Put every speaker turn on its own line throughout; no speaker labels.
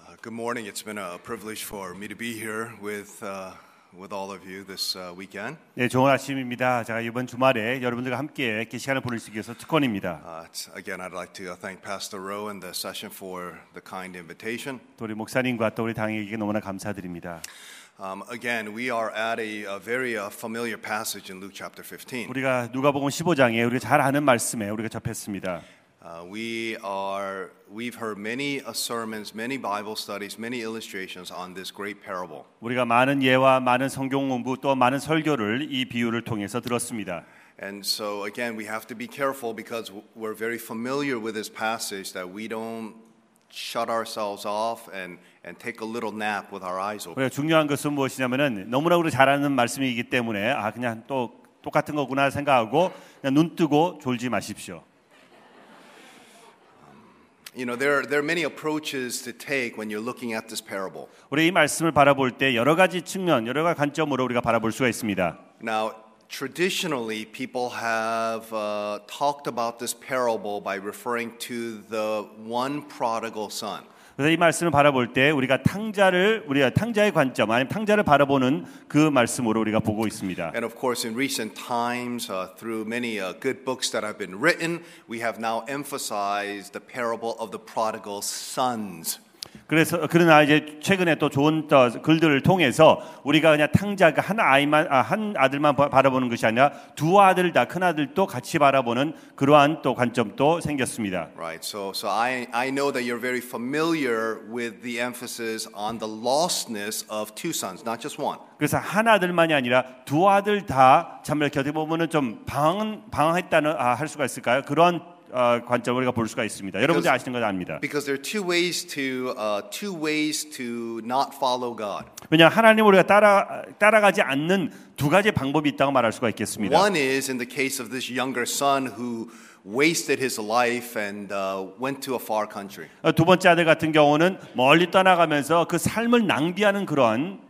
Uh, Good morning. It's been a privilege for me to be here with, uh, with all of you this uh, weekend.
예, 좋은 아침입니다. 제가 이번 주말에 여러분들과 함께 이렇게 시간을 보낼 수 있어서 특권입니다.
Uh, it's- again, I'd like to uh, thank Pastor Rowe and the session for the kind invitation.
또 우리 목사님과 또 우리 당에게 너무나 감사드립니다.
Um, again, we are at a, a very uh, familiar passage in Luke chapter 15.
우리가 누가복음 15장에 우리가 잘 아는 말씀에 우리가 접했습니다.
Uh, we are, we've heard many uh, sermons, many Bible studies, many illustrations on this great parable.
우리가 많은 예와 많은 성경 공부 또 많은 설교를 이 비유를 통해서 들었습니다.
And so, again, we have to be careful because w- we're very familiar with this passage that we don't shut ourselves off and, and take a little nap with our eyes open.
우리가 중요한 것은 무엇이냐면은 너무나 우리 잘 아는 말씀이기 때문에 아 그냥 또 똑같은 거구나 생각하고 그냥 눈 뜨고 졸지 마십시오.
You know, there, are- there are many approaches to take when you're looking at this parable.
우리 이 말씀을 바라볼 때 여러 가지 측면, 여러 가지 관점으로 우리가 바라볼 수가 있습니다.
Now, traditionally, people have uh, talked about this parable by referring to the one prodigal son.
그래서 이 말씀을 바라볼 때 우리가 탕자를 우리가 탕자의 관점 아니면 탕자를 바라보는 그 말씀으로 우리가 보고 있습니다.
And of course, in recent times, uh, through many uh, good books that have been written, we have now emphasized the parable of the prodigal sons.
그래서 그러나 이제 최근에 또 좋은 또 글들을 통해서 우리가 그냥 탕자가 한 아이만 아, 한 아들만 바- 바라보는 것이 아니라 두 아들 다 큰 아들도 같이 바라보는 그러한 또 관점도 생겼습니다.
Right, so, so I, I know that you're very familiar with the emphasis on the lostness of two sons, not just one.
그래서 한 아들만이 아니라 두 아들 다참 이렇게 어떻게 보면은 좀 방, 방황했다는 아, 할 수가 있을까요? 그런 아, 관점을 우리가 볼 수가 있습니다. 여러분들 아시는 건 압니다.
Because there are two ways to, uh, two ways to not follow God.
왜냐 하나님 우리가 따라 따라가지 않는 두 가지 방법이 있다고 말할 수가 있겠습니다.
One is in the case of this younger son who wasted his life and uh, went to a far country.
어, 두 번째 아들 같은 경우는 멀리 떠나가면서 그 삶을 낭비하는 그러한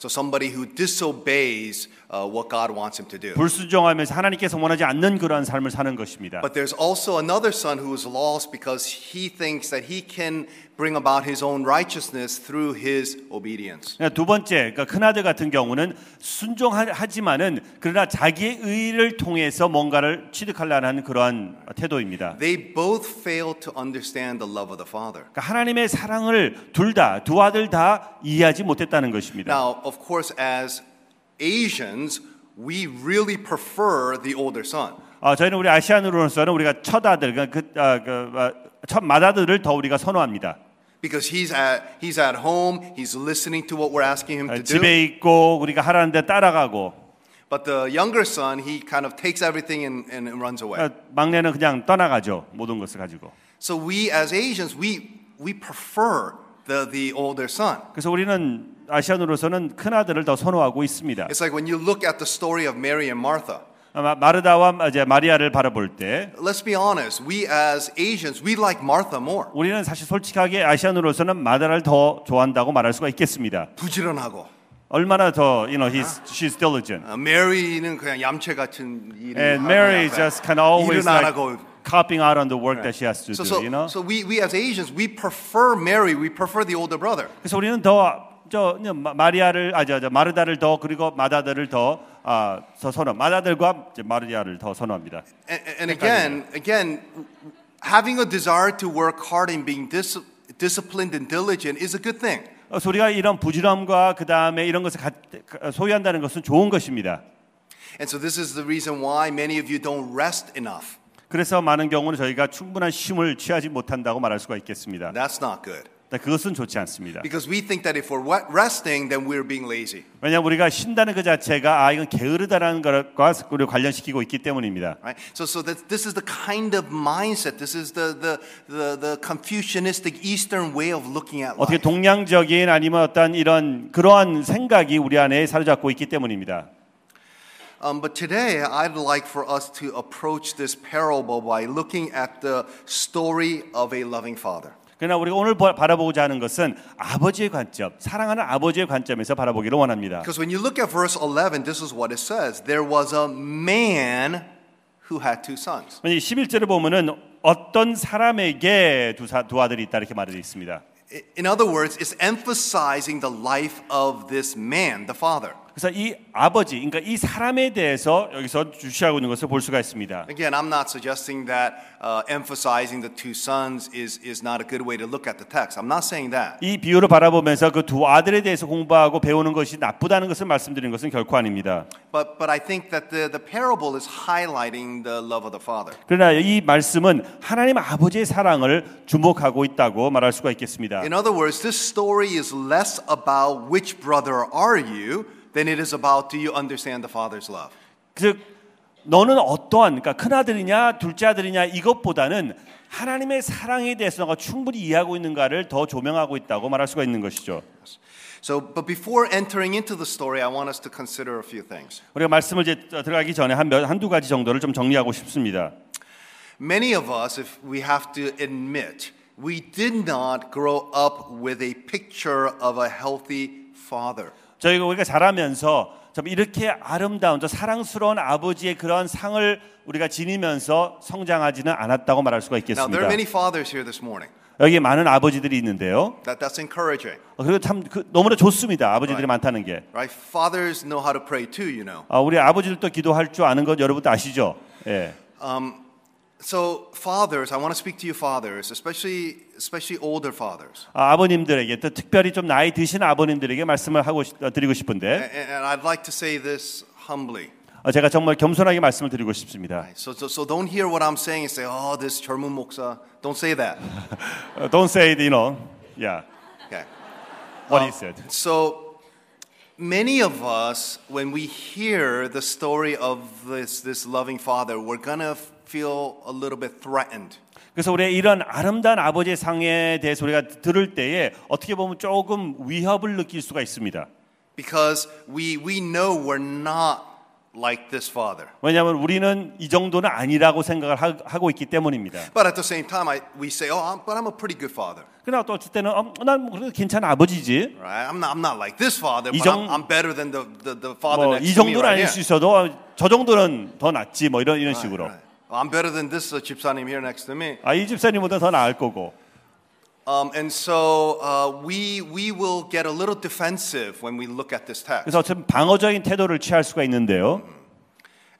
So somebody who disobeys uh, what God wants him to do.
불순종하면서 하나님께서 원하지 않는 그러한 삶을 사는 것입니다.
But there's also another son who is lost because he thinks that he can bring about his own righteousness through his obedience.
그러니까 두 번째 그러니까 큰 아들 같은 경우는 순종하지만은 그러나 자기의 의를 통해서 뭔가를 취득하려는 그러한 태도입니다.
They both fail to understand the love of the Father.
그러니까 하나님의 사랑을 둘 다 두 아들 다 이해하지 못했다는 것입니다.
Now, of course, as Asians, we really prefer the older son.
아, 저희는 우리 아시안으로서는 우리가 첫 아들, 그러니까 그, 아, 그, 아, 첫 맏아들을 더 우리가 선호합니다.
Because he's at, he's at home, he's listening to what we're asking him
아,
to do.
집에 있고 우리가 하라는데
네.
따라가고
But the younger son, he kind of takes everything and, and runs away.
아, 막내는 그냥 떠나가죠. 모든 것을 가지고.
So we as Asians, we we prefer the the older son.
그래서 우리는 아시안으로서는 큰 아들을 더 선호하고 있습니다.
It's like when you look at the story of Mary and Martha.
아, 마- 마르다와 이제 마리아를 바라볼 때
Let's be honest, we as Asians, we like Martha more.
우리는 사실 솔직하게 아시안으로서는 마다를 더 좋아한다고 말할 수가 있겠습니다.
부지런하고.
얼마나 더, you know, he's, she's diligent.
아, Mary는 그냥 얌체 같은 일을
And
하고
Mary
약간
just can always
아, 네. 일은 안 하고. 네.
like copying out on the work that she has to
So,
do,
so,
you know?
so we, we as Asians, we prefer Mary, we prefer the older brother.
그래서 우리는 더저 마리아를 아저 저, 마르다를 더 그리고 마다들을 더아더 선호 마다들과 이제 마리아를 더 선호합니다. 어,
And, and again, again, having a desire to work hard and being dis- disciplined and diligent is a good thing.
어, 그래서 우리가 이런 부지런과 그 다음에 이런 것을 가, 가- 소유한다는 것은 좋은 것입니다.
And so this is the reason why many of you don't rest enough.
그래서 많은 경우는 저희가 충분한 쉼을 취하지 못한다고 말할 수가 있겠습니다.
That's not good.
근데 그것은 좋지 않습니다.
Because we think that if we're we- resting, then we're being lazy.
왜냐하면 우리가 쉰다는 그 자체가 아 이건 게으르다라는 것과 우리 관련시키고 있기 때문입니다.
Right? So, so that, this is the kind of mindset. This is the, the, the, the Confucianistic Eastern way of looking at
어떻게
life.
동양적인 아니면 어떤 이런 그러한 생각이 우리 안에 사로잡고 있기 때문입니다.
Um, but today, I'd like for us to approach this parable by looking at the story of a loving father.
그러나 우리가 오늘 보- 바라보고자 하는 것은 아버지의 관점, 사랑하는 아버지의 관점에서 바라보기를 원합니다.
Because when you look at verse 11, this is what it says There was a man who had two
그러니까
sons.
11절을 보면은 어떤 사람에게 두, 사- 두 아들이 있다 이렇게 말이 되어 있습니다.
I- In other words, it's emphasizing the life of this man, the father.
그래서 이 아버지, 그러니까 이 사람에 대해서 여기서 주시하고 있는 것을 볼 수가 있습니다.
Again, I'm not suggesting that uh, emphasizing the two sons is, is not a good way to look at the text. I'm not saying that.
이 비유를 바라보면서 그 두 아들에 대해서 공부하고 배우는 것이 나쁘다는 것을 말씀드리는 것은 결코 아닙니다.
But, but I think that the, the parable is highlighting the love of the father.
그러나 이 말씀은 하나님 아버지의 사랑을 주목하고 있다고 말할 수가 있겠습니다.
In other words, this story is less about which brother are you than it is about do you understand the father's love.
즉 너는 어떠한 그러니까 큰 아들이냐 둘째 아들이냐 이것보다는 하나님의 사랑에 대해서 너가 충분히 이해하고 있는가를 더 조명하고 있다고 말할 수가 있는 것이죠.
So, but before entering into the story, I want us to consider a few things.
우리가 말씀을 이제 들어가기 전에 한몇한두 가지 정도를 좀 정리하고 싶습니다.
Many of us, if we have to admit, we did not grow up with a picture of a healthy father.
저희가 우리가 자라면서 좀 이렇게 아름다운 저 사랑스러운 아버지의 그런 상을 우리가 지니면서 성장하지는 않았다고 말할 수가
Now, there are
있겠습니다.
many fathers here this morning.
여기 많은 아버지들이 있는데요.
That, that's encouraging,
어, 그리고 참 그, 너무나 좋습니다. 아버지들이 많다는 게.
right? Fathers know how to pray too, you know.
아, 우리 아버지들도 기도할 줄 아는 것 여러분도 아시죠? 예.
So, fathers, I want to speak to you, fathers, especially, especially older fathers.
아, 아버님들에게 또 특별히 좀 나이 드신 아버님들에게 말씀을 하고 싶- 어, 드리고 싶은데
And, and I'd like to say this humbly.
어, 제가 정말 겸손하게 말씀을 드리고 싶습니다.
So, so, so don't hear what I'm saying and say, oh, this 젊은 목사. Don't say that.
어, Don't say it, you know. Yeah.
Okay.
What he said.
So many of us, when we hear the story of this, this loving father, we're going to feel a little bit threatened.
그래서 우리가 이런 아름다운 아버지의 상에 대해서 우리가 들을 때에 어떻게 보면 조금 위협을 느낄 수가 있습니다.
Because we, we know we're not like this father.
왜냐하면 우리는 이 정도는 아니라고 생각을 하- 하고 있기 때문입니다.
But at the same time, I, we say, oh, I'm, but I'm a pretty good father.
그러나 또 어쩔 때는 어, 난뭐 그래도 괜찮은 아버지지.
Right? I'm, not, I'm not like this father,
이
but
정-
I'm, I'm better than the, the, the father
뭐
next
이
to me
정도는
right
아닐
here.
수 있어도 어, 저 정도는 더 낫지 뭐 이런 이런 식으로.
Right, right. I'm better than this uh, 집사님 here next to me.
아, 이 집사님보다 더 나을 거고.
Um, and so uh, we, we will get a little defensive when we look at this text.
그래서 좀 방어적인 태도를 취할 수가 있는데요.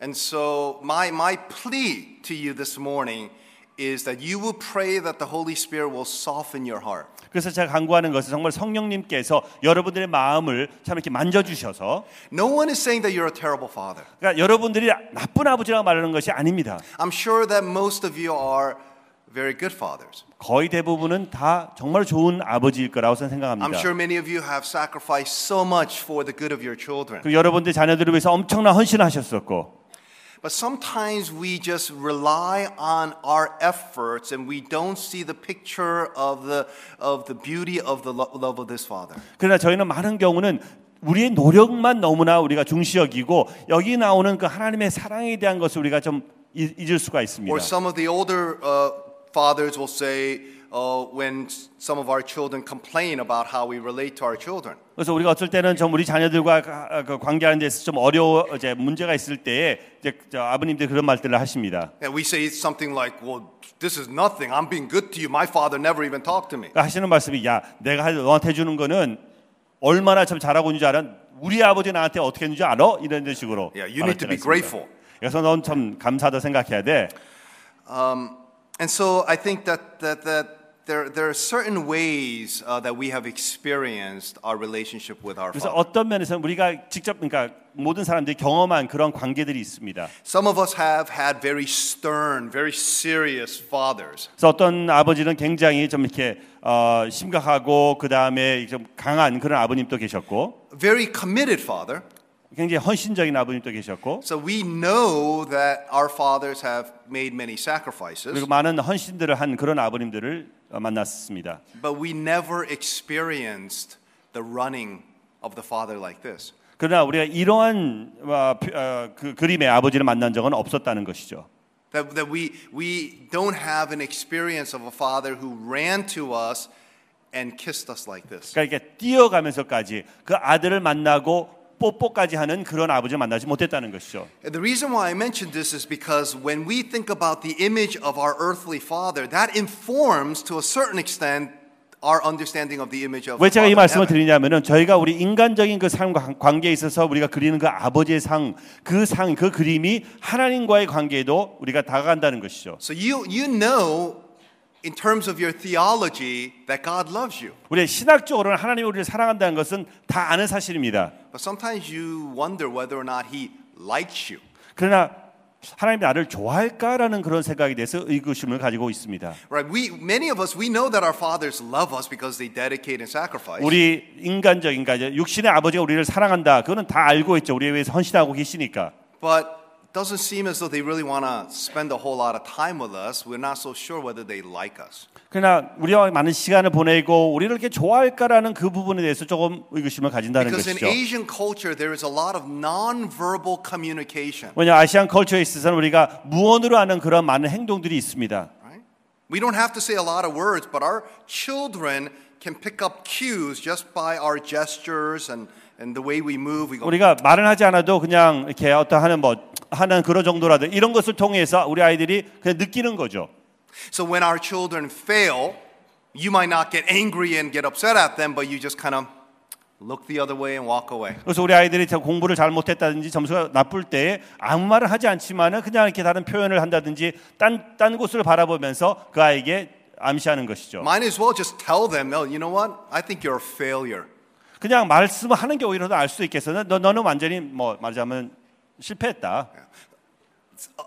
And so, my, my plea to you this morning is that you will pray that the Holy Spirit will soften your heart.
그래서 제가 강구하는 것은 정말 성령님께서 여러분들의 마음을 참 이렇게 만져주셔서
No one is saying that you're a terrible father.
그러니까 여러분들이 나쁜 아버지라고 말하는 것이 아닙니다.
I'm sure that most of you are very good fathers.
거의 대부분은 다 정말 좋은 아버지일 거라고
I'm
저는 생각합니다.
sure many of you have sacrificed so much for the good of your children.
그리고 여러분들 자녀들을 위해서 엄청난 헌신하셨었고
But sometimes we just rely on our efforts and we don't see the picture of the, of the beauty of the lo- love of this father.
그러나 저희는 많은 경우는 우리의 노력만 너무나 우리가 중시 여기고 여기 나오는 그 하나님의 사랑에 대한 것을 우리가 좀 잊- 잊을 수가 있습니다.
Or some of the older uh, fathers will say, uh, when s- some of our children complain about how we relate to our children,
그래서 우리가 어쩔 때는 좀 우리 자녀들과 가- 그 관계하는 데서 좀 어려워 이제 문제가 있을 때에 이제 저 아버님들 그런 말들을 하십니다.
and we say something like, "Well, this is nothing. I'm being good to you. My father never even talked to me."
그러니까 하시는 말씀이 야 내가 할- 너한테 주는 거는 얼마나 참 잘하고 있는지 알아? 우리 아버지 나한테 어떻게 했는지 알아? 이런 이런 식으로.
Yeah, you
말할
need to
때가
be
있습니다.
grateful.
그래서 넌 참 감사하다 생각해야 돼.
And so I think that that that there there are certain ways uh, that we have experienced our relationship with our
그래서
father.
어떤 면에서는 우리가 직접 그러니까 모든 사람들이 경험한 그런 관계들이 있습니다.
Some of us have had very stern, very serious fathers.
그래서 어떤 아버지는 굉장히 좀 이렇게 어, 심각하고 그 다음에 좀 강한 그런 아버님도 계셨고.
Very committed father.
굉장히 헌신적인 아버님도 계셨고
So we know that our fathers have made many
그리고
sacrifices,
많은 헌신들을 한 그런 아버님들을 어, 만났습니다.
but we never experienced the running of the father like this.
그러나 우리가 이러한 어, 표- 어, 그 그림의 아버지를 만난 적은 없었다는 것이죠.
That, that we, we don't have an experience of a father who ran to us and kissed us like this.
그러니까 이렇게 뛰어가면서까지 그 아들을 만나고 뽀뽀까지 하는 그런 아버지를 만나지 못했다는 것이죠.
And the reason why I mention this is because when we think about the image of our earthly father, that informs to a certain extent our understanding of the image of
아, 왜 제가
the
이
Father
말씀을
in heaven.
드리냐면은 저희가 우리 인간적인 그 삶과 관- 관계에 있어서 우리가 그리는 그 아버지의 상, 그 상, 그 그림이 하나님과의 관계에도 우리가 다가간다는 것이죠.
So you, you know, in terms of your theology, that God loves you.
우리 신학적으로는 하나님이 우리를 사랑한다는 것은 다 아는 사실입니다.
But sometimes you wonder whether or not He likes you.
그러나 하나님이 나를 좋아할까라는 그런 생각에 대해서 의구심을 가지고 있습니다.
Right? We, many of us, we know that our fathers love us because they dedicate and sacrifice.
우리 인간적인 가 육신의 아버지가 우리를 사랑한다. 그거는 다 알고 있죠. 우리에 위해서 헌신하고 계시니까.
But it doesn't seem as though they really want to spend a whole lot of time with us. We're not so sure whether they like us.
그러나 우리와 많은 시간을 보내고 우리를 이렇게 좋아할까라는 그 부분에 대해서 조금 의구심을 가진다는
Because in
것이죠.
Asian culture, there is a lot of nonverbal communication.
왜냐 아시안 컬처에 있어서는 우리가 무언으로 하는 그런 많은 행동들이 있습니다.
Right? We don't have to say a lot of words, but our children can pick up cues just by our gestures and, and the way we move. We go,
우리가 말은 하지 않아도 그냥 이렇게 어떤 하는 뭐 하는 그런 정도라도 이런 것을 통해서 우리 아이들이 그냥 느끼는 거죠.
so when our children fail, you might not get angry and get upset at them, but you just kind of look the other way and walk away.
그래서 우리 아이들이 자- 공부를 잘못했다든지 점수가 나쁠 때에 아무 말을 하지 않지만은 그냥 이렇게 다른 표현을 한다든지 딴, 딴 곳을 바라보면서 그 아이에게 암시하는 것이죠.
Might as well just tell them, no, you know what? I think you're a failure.
그냥 말씀하는 게 오히려 더 알 수 있겠어. 너, 너는 완전히 뭐 말하자면 실패했다.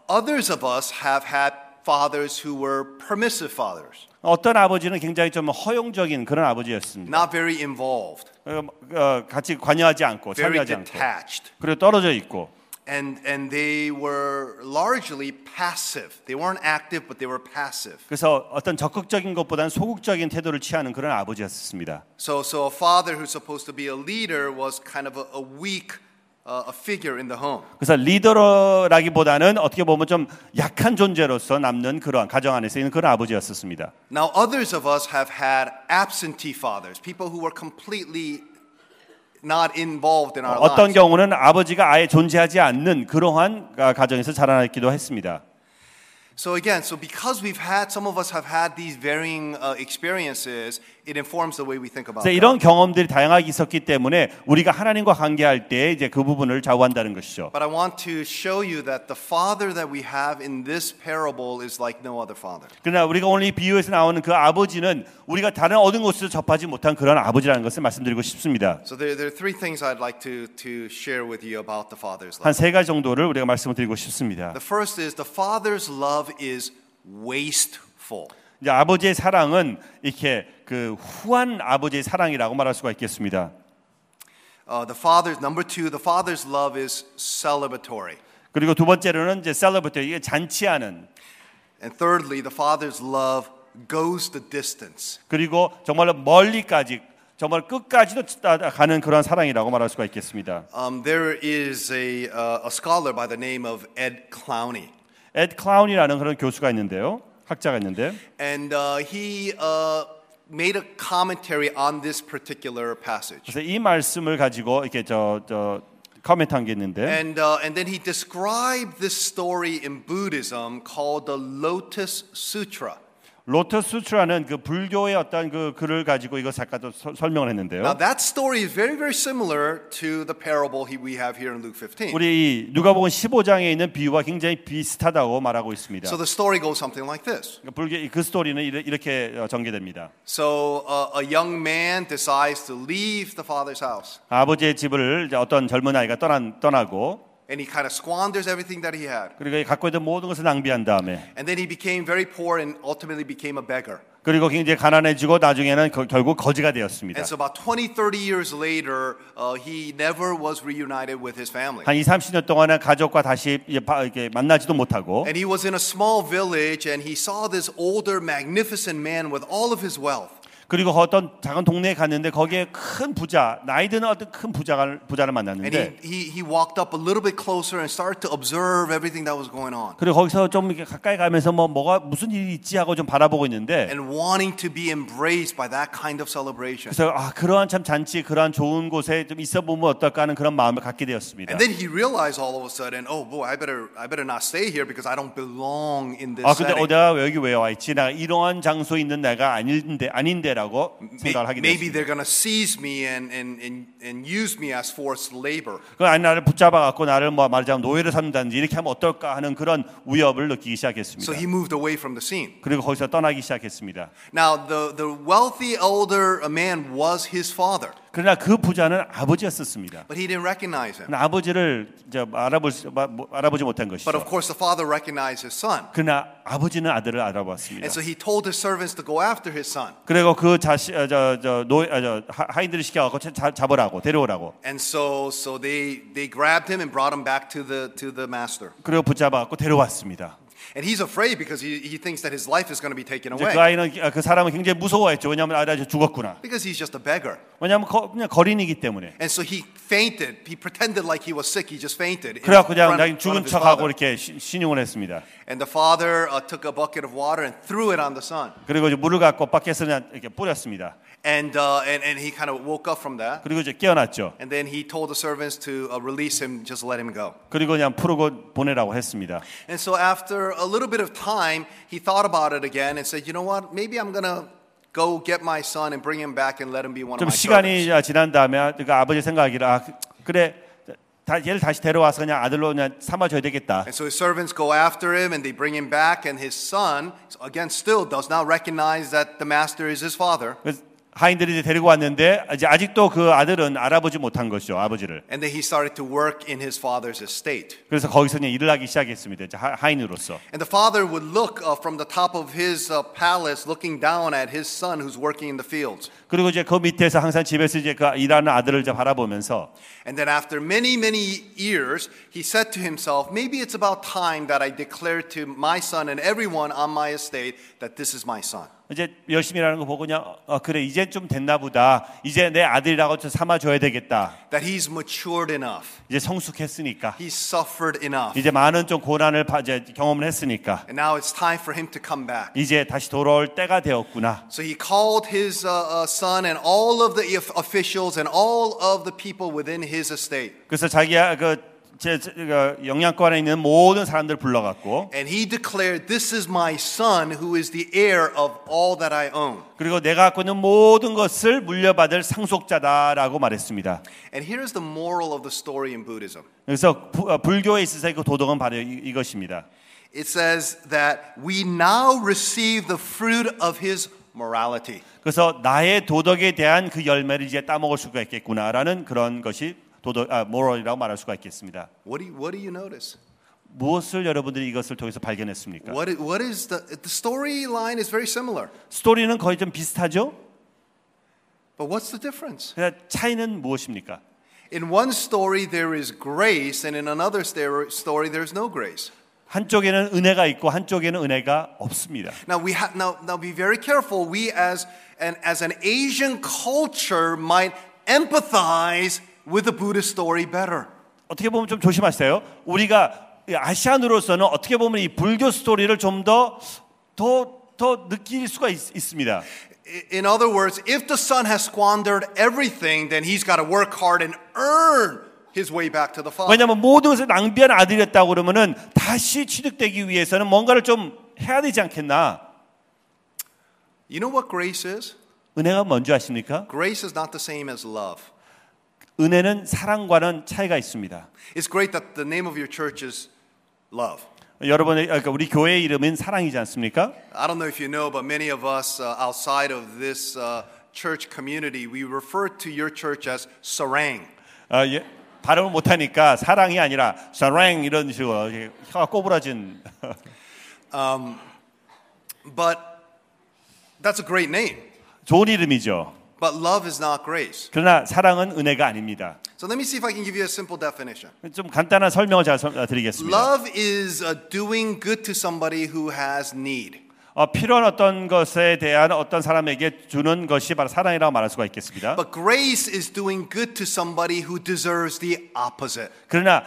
Others of us have had fathers who were permissive fathers,
어떤 아버지는 굉장히 좀 허용적인 그런 아버지였습니다.
not very involved,
어, 어, 같이 관여하지 않고
very
참여하지 않고
detached.
그리고 떨어져 있고
and and they were largely passive. They weren't active, but they were passive.
그래서 어떤 적극적인 것보다는 소극적인 태도를 취하는 그런 아버지였습니다.
So so a father who's supposed to be a leader was kind of a, a weak uh, a figure in the home.
그래서 리더라기보다는 어떻게 보면 좀 약한 존재로서 남는 그러한 가정 안에서 있는 그런 아버지였었습니다.
Now others of us have had absentee fathers, people who were completely not involved in our
어떤
lives.
경우는 아버지가 아예 존재하지 않는 그러한 가- 가정에서 자라났기도 했습니다.
So again, so because we've had some of us have had these varying uh, experiences, it informs the way we think about
그래서
it.
이런 경험들이 다양하게 있었기 때문에 우리가 하나님과 관계할 때 이제 그 부분을 좌우한다는 것이죠.
But I want to show you that the father that we have in this parable is like no other father.
그러나 우리가 오늘 이 비유에서 나오는 그 아버지는 우리가 다른 어떤 곳에서 접하지 못한 그런 아버지라는 것을 말씀드리고 싶습니다.
So there, there are three things I'd like to, to share with you about the Father's
한
love.
세 가지 정도를 우리가 말씀을 드리고 싶습니다.
The first is the Father's love is wasteful.
이제 아버지의 사랑은 이렇게 그 후한 아버지의 사랑이라고 말할 수가 있겠습니다.
Uh, the Father's number two, the Father's love is celebratory.
그리고 두 번째로는 이제 셀러브레이트 이게 잔치하는
And thirdly, the Father's love goes the distance.
그리고 정말로 멀리까지 정말 끝까지도 가는 그런 사랑이라고 말할 수가 있겠습니다.
Um, there is a, uh, a scholar by the name of Ed Clowney,
에드 클라운이라는 그런 교수가 있는데요. 학자가 있는데
and uh, he uh, made a commentary on this particular passage.
그래서 이 말씀을 가지고 이렇게 저저 커멘트한 게 있는데
And, uh, and then he described this story in Buddhism called the Lotus Sutra.
로터 수트라는 그 불교의 어떤 그 글을 가지고 이거 작가도 서- 설명을
Now,
했는데요.
that story is very, very similar to the parable he, we have here in Luke 15.
우리 이 누가복음 15장에 있는 비유와 굉장히 비슷하다고 말하고 있습니다.
So the story goes something like this.
그러니까 불교 그 스토리는 이래- 이렇게 어, 전개됩니다.
So uh, a young man decides to leave the father's house,
아버지의 집을 이제 어떤 젊은 아이가 떠난 떠나고
and he kind of squanders everything that he had.
그리고 갖고 있던 모든 것을 낭비한 다음에
And then he became very poor and ultimately became a beggar.
그리고 굉장히 가난해지고 나중에는 거- 결국 거지가 되었습니다.
And so about 20, 30 years later, uh, he never was reunited with his family.
한 2, 30년 동안은 가족과 다시 이제 바- 이렇게 만나지도 못하고
And he was in a small village and he saw this older, magnificent man with all of his wealth.
그리고 어떤 작은 동네에 갔는데 거기에 큰 부자 나이 드는 어떤 큰 부자를
And
부자를 만났는데
he, he, he walked up a little bit closer and started to observe everything that was going on
그리고 거기서 좀 이렇게 가까이 가면서 뭐 뭐가 무슨 일이 있지 하고 좀 바라보고 있는데
and wanting to be embraced by that kind of celebration.
그래서 아 그러한 참 잔치 그러한 좋은 곳에 좀 있어 보면 어떨까 하는 그런 마음을 갖게 되었습니다.
And then he realized all of a sudden, oh boy, I better, I better not stay here because I don't belong in this
아 Ah, 근데 어,
setting.
내가 여기 왜 와 있지? 나 이러한 장소 있는 내가 아닌데 아닌데라고 아니라고
May-
생각을 하게
maybe
됐습니다.
they're going to seize me and, and, and, and use me as forced labor.
그 아니 나를 붙잡아 갖고 나를 뭐 말하자면 노예로 삼다든지 이렇게 하면 어떨까 하는 그런 위협을 느끼기
So
시작했습니다.
he moved away from the scene.
그리고 거기서 떠나기 시작했습니다.
Now, the, the wealthy elder man was his father,
그러나 그 부자는 아버지였었습니다.
but he didn't recognize him.
근데 아버지를 이제 알아볼 수- 마- 뭐- 알아보지 못한 것이죠.
But of course, the father recognized his son.
그러나 아버지는 아들을 알아봤습니다.
And so he told his servants to go after his son.
그리고 그 자식 저저노저 하인들을 시켜 갖고 잡으라고 데려오라고.
And so, so they, they grabbed him and brought him back to the, to the master.
그리고 붙잡아 갖고 데려왔습니다.
And he's afraid because he, he thinks that his life is going to be taken
이제
away
그 아이는 아, 그 사람은 굉장히 무서워했죠. 왜냐하면 아이가 이제 죽었구나.
because he's just a beggar.
왜냐하면 거, 그냥 거린이기 때문에.
And so he fainted. He pretended like he was sick. He just fainted. in
그래갖고 그냥
front-
나
front of
죽은
his
척하고
father.
이렇게 시- 신용을 했습니다.
And the father uh, took a bucket of water and threw it on the son.
그리고 이제 물을 갖고 밖에서 그냥 이렇게 뿌렸습니다.
And, uh, and, and he kind of woke up from that.
그리고 이제 깨어났죠.
And then he told the servants to uh, release him, just let him go.
그리고 그냥 풀고 보내라고 했습니다.
And so after a little bit of time, he thought about it again and said, you know what? Maybe I'm going to go get my son and bring him back and let him be one of Oh
좀
my servants.
시간이 지난 다음에 그 아버지 생각하기를 아 그래 다, 얘를 다시 데려와서 그냥 아들로 그냥 삼아줘야 되겠다.
And so his servants go after him and they bring him back. And his son, again, still does not recognize that the master is his father.
그래서 하인들이 이제 데리고 왔는데 이제 아직도 그 아들은 알아보지 못한 것이죠 아버지를.
And then he started to work in his father's estate.
그래서 거기서 그냥 일을 하기 시작했습니다. 이제 하, 하인으로서.
And the father would look uh, from the top of his uh, palace, looking down at his son who's working in the fields.
그리고 이제 그 밑에서 항상 집에서 이제 그 일하는 아들을 이제 바라보면서
And then, after many, many years, he said to himself, Maybe it's about time that I declare to my son and everyone on my estate that this is my son.
이제 열심히 일하는 거 보고 그냥 어, 그래 이제 좀 됐나 보다. 이제 내 아들이라고 좀 삼아줘야 되겠다.
That he's matured enough,
이제 성숙했으니까.
he's suffered enough.
이제 많은 좀 고난을 바- 이제 경험을 했으니까.
And now it's time for him to come back.
이제 다시 돌아올 때가 되었구나.
So he called his uh, uh, son and all of the of- officials and all of the people within his estate.
그래서 자기야 그 제, 제- 그 영양관에 있는 모든 사람들 불러갖고
And he declared, This is my son who is the heir of all that I own.
그리고 내가 갖고 있는 모든 것을 물려받을 상속자다라고 말했습니다.
And here is the moral of the story in Buddhism
그래서 부- 어, 불교에 있어서의 그 도덕은 바로 이- 이것입니다.
it says that we now receive the fruit of his morality.
그래서 나의 도덕에 대한 그 열매를 이제 따먹을 수가 있겠구나라는 그런 것이 도덕 아, 모럴이라고 말할 수가 있겠습니다.
What do you, what do you notice?
무엇을 여러분들이 이것을 통해서 발견했습니까?
What, i- what is the, the storyline is very similar,
스토리는 거의 좀 비슷하죠?
but what's the difference?
그러나 차이는 무엇입니까?
In one story, there is grace, and in another sto- story, there's no grace.
한쪽에는 은혜가 있고 한쪽에는 은혜가 없습니다.
Now we have now, now be very careful. We as an as an Asian culture might empathize with the Buddhist story better.
어떻게 보면 좀 조심하세요. 우리가 이 아시안으로서는 어떻게 보면 이 불교 스토리를 좀 더 더 더 느낄 수가 있, 있습니다.
I- In other words, if the son has squandered everything, then he's got to work hard and earn his way back to the father.
왜냐하면 모든 것을 낭비한 아들이었다고 그러면은 다시 취득되기 위해서는 뭔가를 좀 해야 되지 않겠나?
You know what grace is?
은혜가 뭔지 아십니까?
Grace is not the same as love.
은혜는 사랑과는 차이가 있습니다.
It's great that the name of your church is love.
여러분의 그러니까 우리 교회의 이름은 사랑이지 않습니까?
I don't know if you know, but many of us uh, outside of this uh, church community, we refer to your church as Sarang.
아, 예. 발음을 못하니까 사랑이 아니라 사랑 이런 식으로 이렇게 혀가 꼬부라진
But that's a great name.
좋은 이름이죠.
But love is not grace.
그러나 사랑은 은혜가 아닙니다.
So let me see if I can give you a simple definition.
좀 간단한 설명을 잘 설- 드리겠습니다.
Love is uh, doing good to somebody who has need.
어, 필요한 어떤 것에 대한 어떤 사람에게 주는 것이 바로 사랑이라고 말할 수가 있겠습니다.
But grace is doing good to somebody who deserves the opposite.
그러나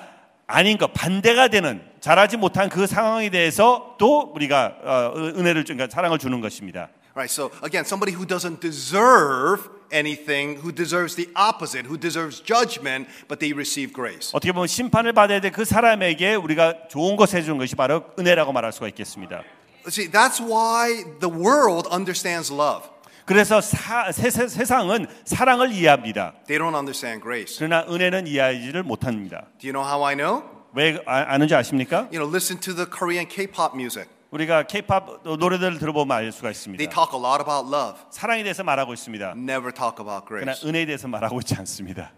아닌 것 반대가 되는 잘하지 못한 그 상황에 대해서 또 우리가 어, 은- 은혜를 주- 그러니까 사랑을 주는 것입니다.
Right? So again, somebody who doesn't deserve anything, who deserves the opposite, who deserves judgment, but they receive grace.
어떻게 보면 심판을 받아야 될 그 사람에게 우리가 좋은 것을 해주는 것이 바로 은혜라고 말할 수가 있겠습니다.
See, that's why the world understands love.
그래서 사- 세- 세- 세상은 사랑을 이해합니다.
They don't understand grace.
그러나 은혜는 이해하지를 못합니다.
Do you know how I know?
왜 아- 아는지 아십니까?
You know, listen to the Korean K-pop music.
우리가 케이팝 노래들을 들어보면 알
They
수가 있습니다.
talk a lot about love,
사랑에 대해서 말하고 있습니다.
never talk about
그러나
grace.
은혜에 대해서 말하고 있지 않습니다.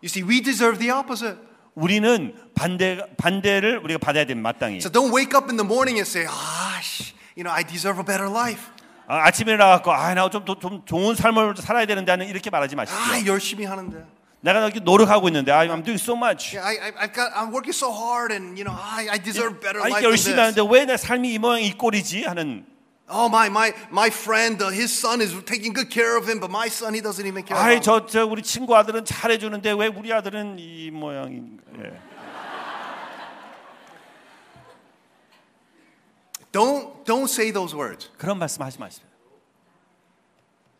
You see, we deserve the opposite.
우리는 반대 반대를 우리가 받아야 됩니다. 마땅히.
So don't wake up in the morning and say, ah, sh- you know, I deserve a better life.
아, 아침에 일어나갖고 아나좀 좀 좋은 삶을 살아야 되는데 하는 이렇게 말하지
아,
마십시오.
열심히 하는데.
내가 이렇게 노력하고 있는데 아, I'm doing so much.
Yeah, I, I, I've got, I'm working so hard and, you know, I, I deserve better
아,
life
이렇게
than
열심히
this.
하는데 왜 내 삶이 이 모양 이 꼴이지 하는.
Oh, my, my, my friend, uh, his son is taking good care of him, but my son, he doesn't even care
아이
about him.
저, 저 우리 친구 아들은 잘해주는데 왜 우리 아들은 이 모양인가. 예.
Don't, don't say those words.
그런 말씀하지 마십시오.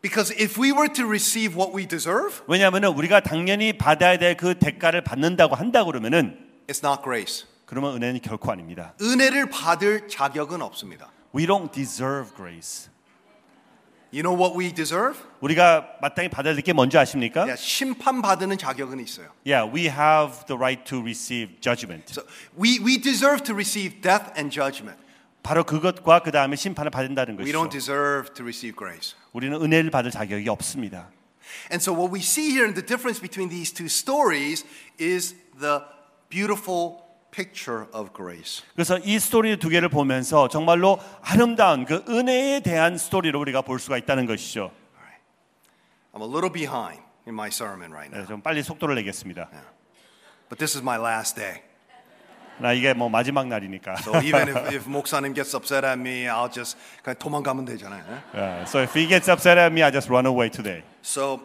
Because if we were to receive what we deserve,
왜냐하면 우리가 당연히 받아야 될 그 대가를 받는다고 한다 그러면은
it's not grace.
그러면 은혜는 결코 아닙니다.
은혜를 받을 자격은 없습니다.
We don't deserve grace.
You know what we deserve?
우리가 마땅히 받아야 될 게 뭔지 아십니까?
Yeah, 심판받는 자격은 있어요.
Yeah, we have the right to receive judgment.
So we, we deserve to receive death and judgment.
바로 그것과 그 다음에 심판을 받는다는
We don't
것이죠.
deserve to receive grace.
우리는 은혜를 받을 자격이 없습니다.
And so what we see here in the difference between these two stories is the beautiful picture of grace.
그래서 이 스토리 두 개를 보면서 정말로 아름다운 그 은혜에 대한 스토리를 우리가 볼 수가 있다는 것이죠.
I'm a little behind in my sermon right
네,
now,
좀 빨리 속도를 내겠습니다.
but this is my last day.
나 이게 뭐 마지막 날이니까.
So even if, if 목사님 gets upset at me, I'll just 그냥 도망가면 되잖아요. 네?
Yeah, so if he gets upset at me, I just run away today.
So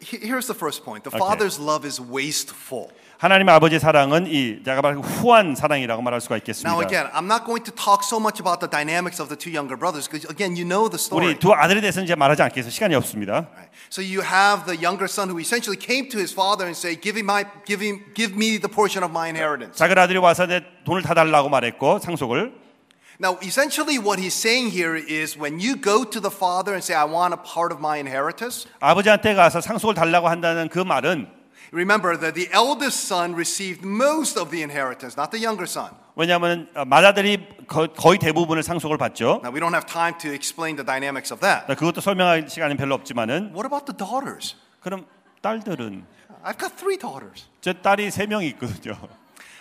he- here's the first point. The
Okay.
father's love is wasteful.
하나님 아버지 사랑은 이 제가 말하는 후한 사랑이라고 말할 수가
Now
있겠습니다.
again, I'm not going to talk so much about the dynamics of the two younger brothers because again, you know the story.
우리 두 아들에 대해서는 이제 말하지 않겠어요. 시간이 없습니다.
Right. So you have the younger son who essentially came to his father and say, "Give me my, give him, give me the portion of my inheritance."
작은 아들이 와서 내 돈을 다 달라고 말했고 상속을
Now, essentially, what he's saying here is, when you go to the father and say, "I want a part of my inheritance,"
아버지한테 가서 상속을 달라고 한다는 그 말은
remember that the eldest son received most of the inheritance, not the younger son.
왜냐하면 어, 맏아들이 거- 거의 대부분을 상속을 받죠.
Now, we don't have time to explain the dynamics of that.
그것도 설명할 시간은 별로 없지만은
What about the daughters?
그럼 딸들은
I've got three daughters.
제 딸이 세 명이 있거든요.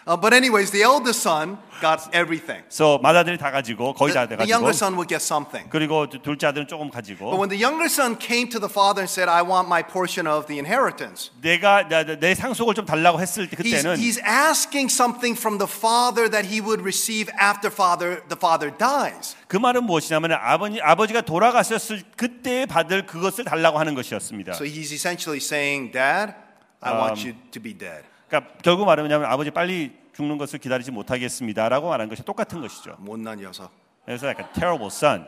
Uh, but anyways, the eldest son got everything.
그래서 맏아들이 다 가지고 거의 다
The, the
가지고
younger son would get something.
그리고 두- 둘째 아들은 조금
But
가지고
when the younger son came to the father and said, I want my portion of the inheritance,
내가 나- 나- 내 상속을 좀 달라고 했을 때
he's,
그때는
he's asking something from the father that he would receive after father the father dies.
그 말은 무엇이냐면 아버지 아버지가 돌아가셨을 그때 받을 그것을 달라고 하는 것이었습니다.
So he's essentially saying, Dad, I
Um,
want you to be dead.
그러니까 결국 말하면 아버지 빨리 죽는 것을 기다리지 못하겠습니다라고 말한 것이 똑같은 것이죠.
못난 녀석.
그래서 약간 terrible son.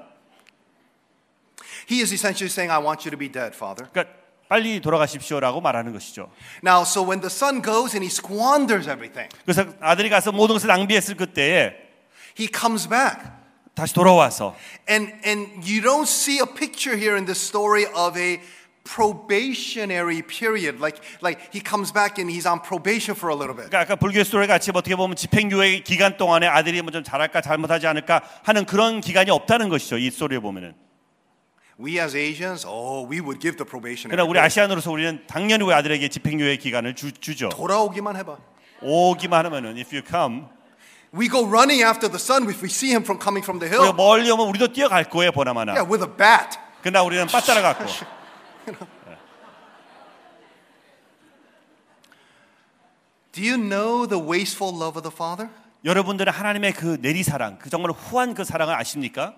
He is essentially saying, I want you to be dead, father.
그러니까 빨리 돌아가십시오라고 말하는 것이죠.
Now, so when the son goes and he squanders everything,
그래서 아들이 가서 모든 것을 낭비했을 그때에
he comes back.
다시 돌아와서
And, and you don't see a picture here in this story of a probationary period. Like, like he comes back and he's on probation for a little bit.
그러니까 아까 불교 스토리 같이 뭐 어떻게 보면 집행유예 기간 동안에 아들이 뭐 좀 잘할까 잘못하지 않을까 하는 그런 기간이 없다는 것이죠. 이 스토리에 보면은.
We as Asians, oh, we would give the probationary
그러나 우리
period.
아시안으로서 우리는 당연히 우리 아들에게 집행유예 기간을 주, 주죠.
돌아오기만 해봐.
오기만 하면은 if you come
We go running after the son if we see him from coming from the hill.
우리가 멀리 오면 우리도 뛰어갈 거예요
Yeah,
보나마나.
with a bat.
그러나 우리는 빠따라갔고
Do you know the wasteful love of the father?
여러분들은 하나님의 그 내리 사랑, 그 정말 후한 그 사랑을 아십니까?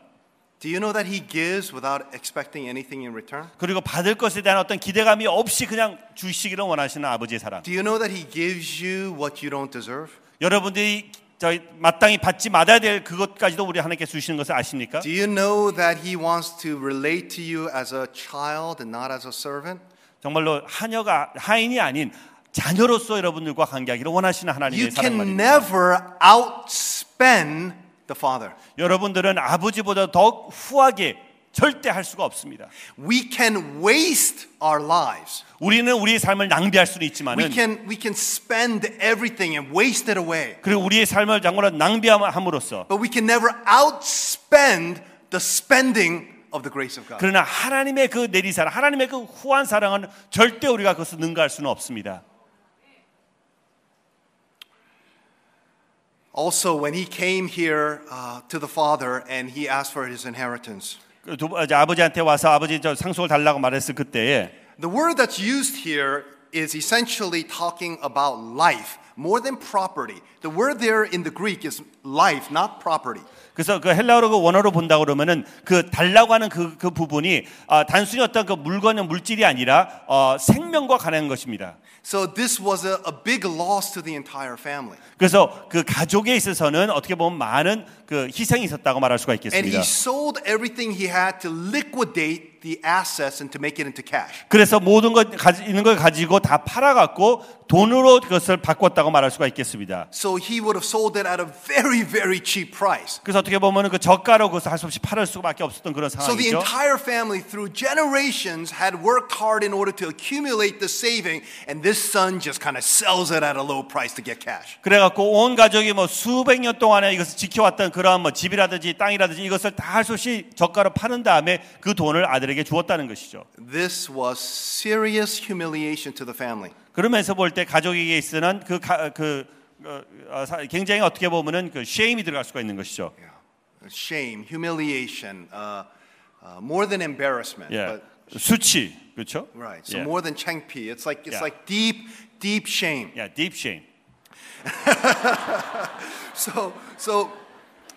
Do you know that he gives without expecting anything in return?
그리고 받을 것에 대한 어떤 기대감이 없이 그냥 주시기를 원하시는 아버지의 사랑.
Do you know that he gives you what you don't deserve?
여러분들이 저희 마땅히 받지 말아야 될 그것까지도 우리 하나님께 주시는 것을 아십니까?
Do you know that he wants to relate to you as a child and not as a servant?
정말로 하녀가 하인이 아닌 자녀로서 여러분들과 관계하기를 원하시는
You
하나님의 사랑
can
말입니다.
never outspend the father.
여러분들은 아버지보다 더 후하게 절대 할 수가 없습니다.
We can waste our lives.
우리는 우리의 삶을 낭비할 수는
We
있지만은
can, we can spend everything and waste it away.
그리고 우리의 삶을 장고라 낭비함으로써
But we can never outspend the spending of the grace of God.
그러나 하나님의 그 내리사랑, 하나님의 그 후한 사랑은 절대 우리가 그것을 능가할 수는 없습니다.
Also, when he came here uh, to the Father and he asked for his inheritance,
그 두, 이제 아버지한테 와서 아버지 저 상속을 달라고 말했을 그때에
the word that's used here is essentially talking about life more than property. The word there in the Greek is life, not property.
그래서 그 헬라어로 그 원어로 본다 그러면은 그 달라고 하는 그, 그 부분이 아, 단순히 어떤 그 물건의 물질이 아니라 어, 생명과 관한 것입니다.
So, this was a, a big loss to the entire family.
그래서 그 가족에 있어서는 어떻게 보면 많은 그 희생이 있었다고 말할 수가
And
있겠습니다.
he sold everything he had to liquidate the assets and to make it into cash.
그래서 모든 것 가지- 있는 걸 가지고 다 팔아갖고 돈으로 그것을 바꿨다고 말할 수가 있겠습니다.
So he would have sold it at a very, very cheap price.
그래서 어떻게 보면 그 저가로 그것을 할 수 없이 팔을 수밖에 없었던 그런
So the
상황이죠.
entire family, through generations, had worked hard in order to accumulate the saving, and this son just kind of sells it at a low price to get cash.
그래갖고 온 가족이 뭐 수백 년 동안에 이것을 지켜왔던 그러한 뭐 집이라든지 땅이라든지 이것을 다 할 수 없이 저가로 파는 다음에 그 돈을 아들에게 주었다는 것이죠.
This was serious humiliation to the family.
그러면서 볼 때 가족에게 있는 그, 가, 그 어, 어, 사- 굉장히 어떻게 보면은 그 쉐임이 들어갈 수가 있는 것이죠.
Yeah. Shame, humiliation, uh, uh, more than embarrassment.
예,
But,
수치 그렇죠?
right. So
예.
more than chengpi. It's like it's
Yeah.
like deep, deep shame.
야, 예, deep shame.
So so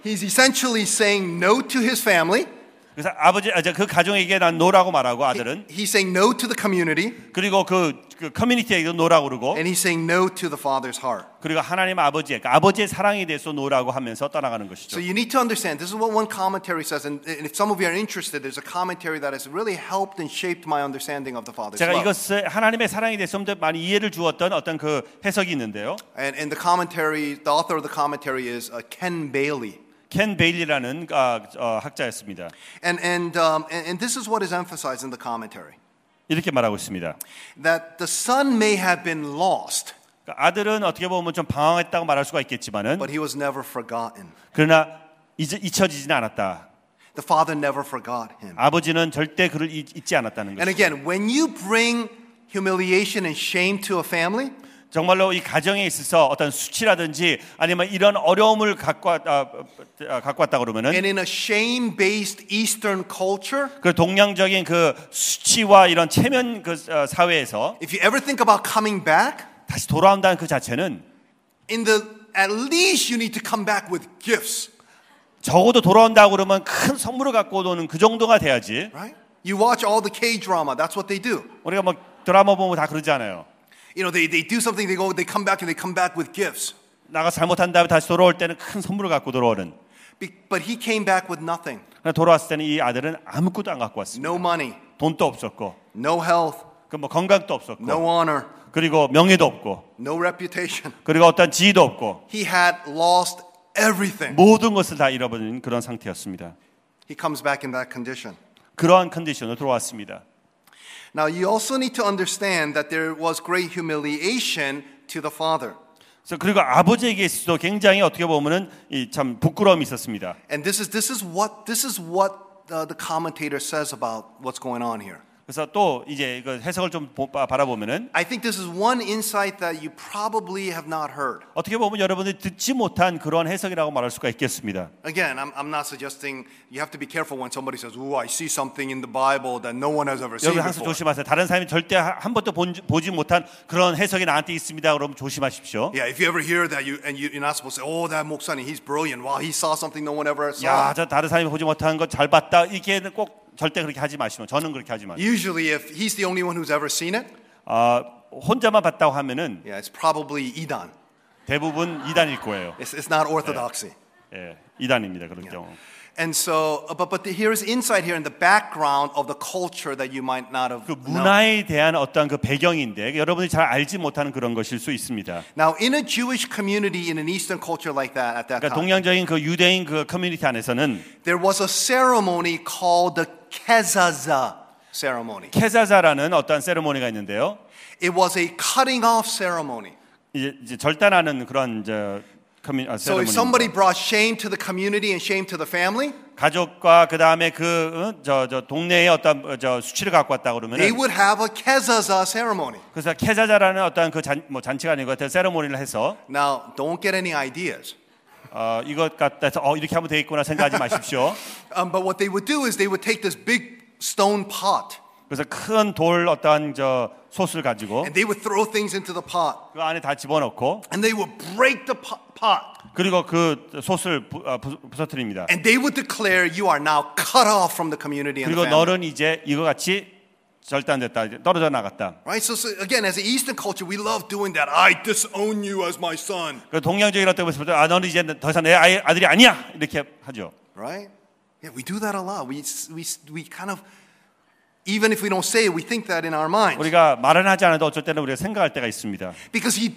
he's essentially saying no to his family.
그래서 아버지, 아, 저그 가정에게 난 노라고 말하고 아들은
He's saying no to the community.
그리고 그, 그 커뮤니티에게도 노라고 그러고
And he's saying no to the father's heart.
그리고 하나님 아버지, 그 아버지의 사랑에 대해서 노라고 하면서 떠나가는 것이죠.
So you need to understand this is what one commentary says, and, and if some of you are interested, there's a commentary that has really helped and shaped my understanding of the father's
제가
love.
이것을 하나님의 사랑에 대해서 좀 더 많이 이해를 주었던 어떤 그 해석이 있는데요.
And, and the commentary, the author of the commentary is uh, Ken Bailey.
켄 베일리라는 아, 어, 학자였습니다.
And, and, um, and, and this is what is emphasized in the commentary
이렇게 말하고 있습니다.
that the son may have been lost,
그러니까 아들은 어떻게 보면 좀 방황했다고 말할 수가 있겠지만은
but he was never forgotten.
그러나 잊, 잊혀지지는 않았다.
The father never forgot him.
아버지는 절대 그를 잊, 잊지 않았다는
And
것이죠.
again, when you bring humiliation and shame to a family,
정말로 이 가정에 있어서 어떤 수치라든지 아니면 이런 어려움을 갖고 왔- 아, 아, 갖고 왔다 그러면은
and in a shame based Eastern culture,
그 동양적인 그 수치와 이런 체면 그 어, 사회에서
If you ever think about coming back,
다시 돌아온다는 그 자체는
in the at least you need to come back with gifts,
적어도 돌아온다고 그러면 큰 선물을 갖고 오는 그 정도가 돼야지.
right? You watch all the K drama, that's what they do.
우리가 뭐 드라마 보면 다 그러잖아요.
You know, they, they do something, they go, they come back and they come back with gifts.
나가 잘못한 다음에 다시 돌아올 때는 큰 선물을 갖고 돌아오는.
Be, but he came back with nothing.
그러나 돌아왔을 때는 이 아들은 아무것도 안 갖고 왔습니다.
No money,
돈도 없었고,
no health,
그 뭐 건강도 없었고,
no honor,
그리고 명예도 없고,
no reputation.
그리고 어떤 지위도 없고
He had lost everything.
모든 것을 다 잃어버린 그런 상태였습니다.
He comes back in that condition.
그러한 컨디션으로 돌아왔습니다.
Now, you also need to understand that there was great humiliation to the father.
그래서 그리고 아버지에게 있어서 굉장히 어떻게 보면은 이 참 부끄러움이 있었습니다.
And this is, this is what, this is what uh, the commentator says about what's going on here.
그래서 또 이제 그 해석을 좀 보- 바- 바라보면은
I think this is one insight that you probably have not heard.
어떻게 보면 여러분들이 듣지 못한 그런 해석이라고 말할 수가 있겠습니다.
Again, I'm, I'm not suggesting you have to be careful when somebody says, Ooh, I see something in the Bible that no one has ever seen
여러분 항상
before.
조심하세요. 다른 사람이 절대 하- 한 번도 본- 보지 못한 그런 해석이 나한테 있습니다. 그러면 조심하십시오.
Yeah, if you ever hear that, you, and you, you're not supposed to say, Oh, that Moksani, he's brilliant. Wow, he saw something no one ever saw.
야, 저 다른 사람이 보지 못한 거 잘 봤다. 이렇게는 꼭 절대 그렇게 하지 마시면 저는 그렇게
예.
하지만
Usually, if he's the only one who's ever seen it,
아, 혼자만 봤다고 하면은
yeah, it's probably Idan.
대부분 이단일 거예요.
It's, it's not orthodoxy.
예, 이단입니다. 그런 경우.
And so, uh, but, but here's insight here in the background of the culture that you might not have
그
known.
문화에 대한 어떤 그 배경인데 여러분이 잘 알지 못하는 그런 것일 수 있습니다.
Now, in a Jewish community, in an Eastern culture like that at that
그러니까
time,
동양적인 그 유대인 그 커뮤니티 안에서는
there was a ceremony called the kezaza ceremony.
케자자라는 어떤 세리머니가 있는데요.
It was a cutting off ceremony.
이제, 이제 절단하는 그런 이제 커뮤 아,
So if
세리머니.
somebody brought shame to the community and shame to the family,
가족과 그 다음에 그저저 동네의 어떤 어, 저 수치를 갖고 왔다 그러면
they would have a kezaza ceremony.
그래서 케자자라는 어떤 그 잔 뭐 잔치가 아닌 것 같아요. 세리머니를 해서
Now, don't get any ideas.
어, 이것 같아서 어, 이렇게 하면 되겠구나 생각하지 마십시오.
Um, but what they would do is they would take this big stone pot
그래서 큰 돌 어떤 저 솥을 가지고
and they would throw things into the pot
그 안에 다 집어넣고
and they would break the po- pot
그리고 그 솥을 부, 아, 부- 부서뜨립니다.
and they would declare you are now cut off from the community and the
그리고
family.
너는 이제 이거 같이 절단됐다. 이제 떨어져 나갔다.
Right? So, so again, as an Eastern culture, we love doing that. I disown you as my son.
그 동양적인 어떤 모습부터 아 너는 이제 더 이상 내 아이, 아들이 아니야 이렇게 하죠.
Right? Yeah, we do that a lot. We, s- we, s- we kind of, even if we don't say it, we think that in our minds.
우리가 말은 하지 않아도 어쩔 때는 우리가 생각할 때가 있습니다.
Because he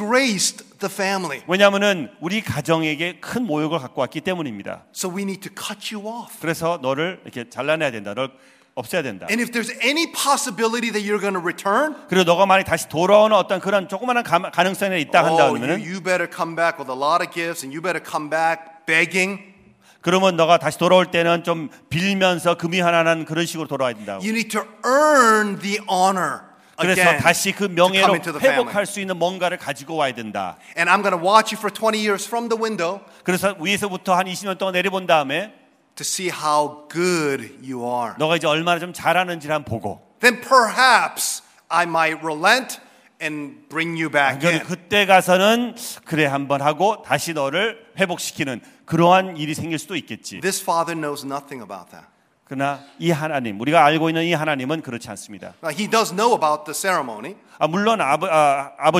disgraced the family.
왜냐하면은 우리 가정에게 큰 모욕을 갖고 왔기 때문입니다.
So we need to cut you off.
그래서 너를 이렇게 잘라내야 된다. 널 없애야 된다.
And if there's any possibility that you're going to return,
그리고 너가 만약 다시 돌아오는 어떤 그런 조그마한 가, 가능성이 있다 한다
oh, you,
그러면은
you better come back with a lot of gifts and you better come back begging.
그러면 너가 다시 돌아올 때는 좀 빌면서 금이 하나는 그런 식으로 돌아와야 된다고.
You need to earn the honor
Oh. 그래서
again.
다시 그
to come
명예로
into the family.
회복할 수 있는 뭔가를 가지고 와야 된다.
And I'm going to watch you for 20 years from the window
그래서 위에서부터 한 20년 동안 내려본 다음에
to see how good you are.
너가 이제 얼마나 좀 잘하는지를 한번 보고
Then perhaps I might relent and bring you back
그건
in.
그때 가서는 그래 한번 하고 다시 너를 회복시키는 그러한 일이 생길 수도 있겠지.
This father knows nothing about that.
그러나 이 하나님 우리가 알고 있는 이 하나님은 그렇지 않습니다.
Now, he does know about the ceremony,
아, 물론 아버,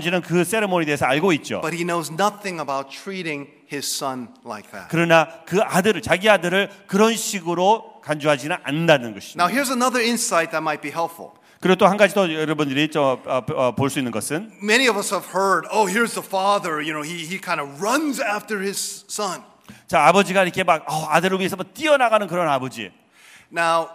지는그 세레모니에 대해서 알고 있죠.
but he knows nothing about treating his son like that.
그러나 그 아들을 자기 아들을 그런 식으로 간주하지는 않는다는
Now,
것입니다.
here's another insight that might be helpful.
그리고 또 한 가지 더 여러분들이 어, 볼 수 있는 것은
Many of us have heard, oh, here's the father, you know, he, he kind of runs after his son.
자 아버지가 이렇게 막 어, 아들을 위해서 막 뛰어나가는 그런 아버지.
Now,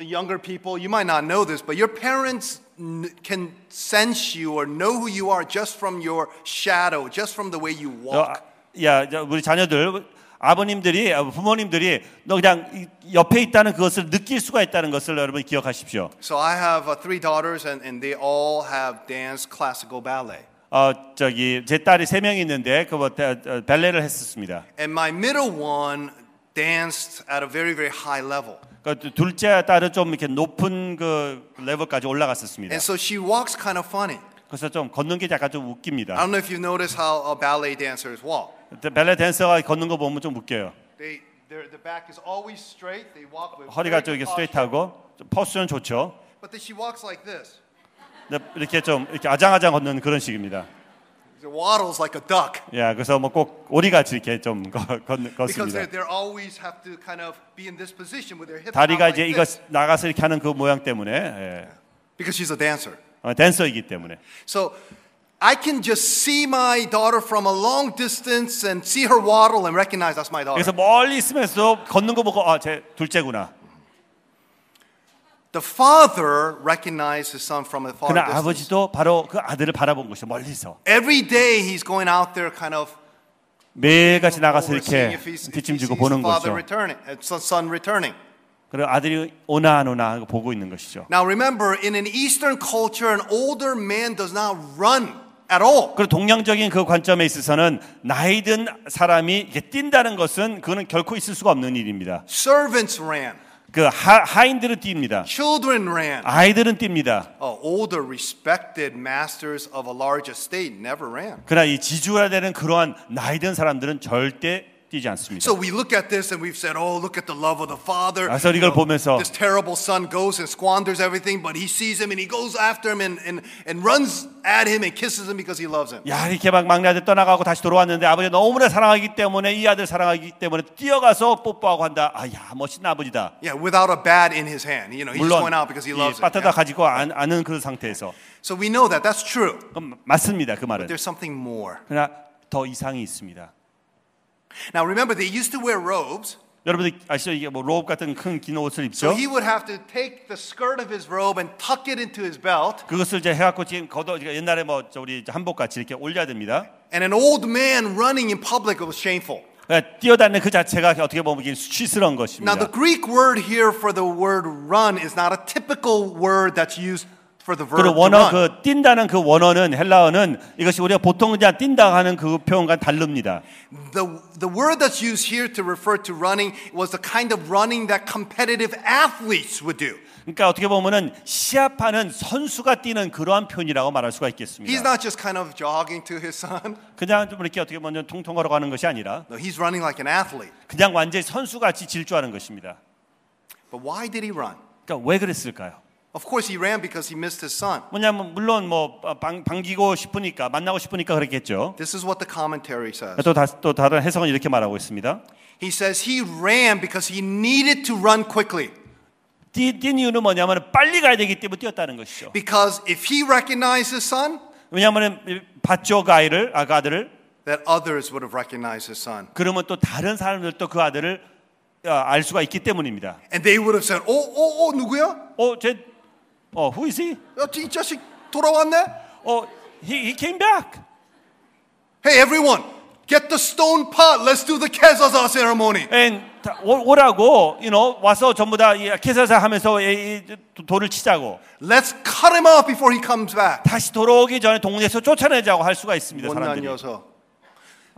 younger people, you might not know this, but your parents kn- can sense you or know who you are just from your shadow, just from the way you
너,
walk.
아, 야 저, 우리 자녀들 아버님들이 아, 부모님들이 너 그냥 이- 옆에 있다는 그것을 느낄 수가 있다는 것을 여러분 기억하십시오.
So I have uh, three daughters, and, and they all have danced classical ballet.
어 저기 제 딸이 세 명 있는데 그뭐 어, 벨레를 했었습니다.
And my middle one danced at a very, very high level.
그러니까 둘째 딸은 좀 이렇게 높은 그 레벨까지 올라갔었습니다.
And so she walks kind of funny.
그래서 좀 걷는 게 약간 좀
I
웃깁니다.
don't know if you've noticed how uh, ballet dancers walk.
벨레 댄서가 걷는 거 보면 좀 웃겨요.
They, their, the back is always straight. They walk with very
허리가 좀
good
이렇게
posture.
스트레이트하고 좀 포스는 좋죠.
But then she walks like this.
근데 이렇게 좀 이렇게 아장아장 걷는 그런 식입니다.
She waddles like a duck.
야, 그래서 뭐 꼭 오리같이 이렇게 좀 걷- 걷-
Because they
걷습니다.
they always have to kind of be in this position with their hips. out like
다리가 이제 이거
this.
나가서 이렇게 하는 그 모양 때문에 예.
Because she's a dancer.
어, 댄서이기 때문에
So I can just see my daughter from a long distance and see her waddle and recognize that's my daughter.
그래서 멀리 있으면서 걷는 거 보고 아제 둘째구나.
The father recognized his son from a far
그러나
distance.
아버지도 바로 그 아들을 바라본 것이 멀리서
Every day he's going out there kind of
매일같이 나가서
seeing
이렇게
if he's, if he sees
뒷짐지고
the
보는
father
거죠.
returning, uh, son- son returning.
그리고 아들이 오나 안 오나 하고 보고 있는 것이죠.
Now remember, in an Eastern culture, an older man does not run at all.
그리고 동양적인 그 관점에 있어서는 나이든 사람이 이렇게 뛴다는 것은 그거는 결코 있을 수가 없는 일입니다.
Servants ran.
그 하, 하인들은 뜁니다.
Children ran.
Ah. 아이들은 뜁니다.
Oh, older, respected masters of a large estate never ran.
그러나 이 지주가 되는 그러한 나이든 사람들은 절대 뛰지 않습니다.
So we look at this and we've said, oh, look at the love of the father.
그래서 이걸 보면서
This terrible son goes and squanders everything, but he sees him and he goes after him and, and, and runs at him and kisses him because he loves him.
야 이렇게 막 막내 아들 떠나가고 다시 돌아왔는데 아버지 너무나 사랑하기 때문에 이 아들 사랑하기 때문에 뛰어가서 뽀뽀하고 한다. 아야 멋진 아버지다.
Yeah, without a bat in his hand. You know, he's
물론
going out because he loves him.
이
Yeah.
빠따다 가지고 안, 아는 그런 상태에서
So we know that. That's true.
그건 맞습니다 그 말은.
There's something more.
그러나 더 이상이 있습니다.
Now remember, they used to wear robes.
여러분들 아시죠? 이게 뭐 로업 같은 큰 긴 옷을
So
입죠.
he would have to take the skirt of his robe and tuck it into his belt.
그것을 이제 해갖고 지금 걷어 옛날에 뭐 저 우리 한복 같이 이렇게 올려야 됩니다.
And an old man running in public was shameful.
그러니까 뛰어다니는 그 자체가 어떻게 보면 이게 수치스러운
Now,
것입니다.
the Greek word here for the word run is not a typical word that's used for the verb to
그리고 원어
run.
그 뛴다는 그 원어는 헬라어는 이것이 우리가 보통 그냥 뛴다 하는 그 표현과 다릅니다.
The, the word that's used here to refer to running was the kind of running that competitive athletes would do.
그러니까 어떻게 보면은 시합하는 선수가 뛰는 그러한 표현이라고 말할 수가
He's
있겠습니다.
not just kind of jogging to his son.
그냥 좀 이렇게 어떻게 보면 통통하러 가는 것이 아니라
No, he's running like an athlete.
그냥 완전히 선수같이 질주하는 것입니다.
But why did he run?
그러니까 왜 그랬을까요?
Of course, he ran because he missed his son.
뭐냐면 물론 뭐 방, 반기고 싶으니까 만나고 싶으니까 그랬겠죠.
This is what the commentary says.
또, 다, 또 다른 해석은 이렇게 말하고 있습니다.
He says he ran because he needed to run quickly.
뛰, 뛴 이유는 뭐냐면 빨리 가야 되기 때문에 뛰었다는 것이죠.
Because if he recognized his son,
왜냐하면 봤죠 그 아이를 아그 아들을
that others would have recognized his son.
그러면 또 다른 사람들도 그 아들을 아, 알 수가 있기 때문입니다.
And they would have said, "Oh, oh, oh, 누구야?
어, 쟤, 어, who is he?
야, 이 자식 돌아왔네."
어, he, he came back.
Hey, everyone, get the stone pot. Let's do the kezaza ceremony.
And 다, 오, 오라고, you know, 와서 전부 다 이, 캐사사 하면서 이, 이, 도- 돌을 치자고.
Let's cut him off before he comes back.
다시 돌아오기 전에 동네에서 쫓아내자고 할 수가 있습니다.
못난
사람들이.
녀석.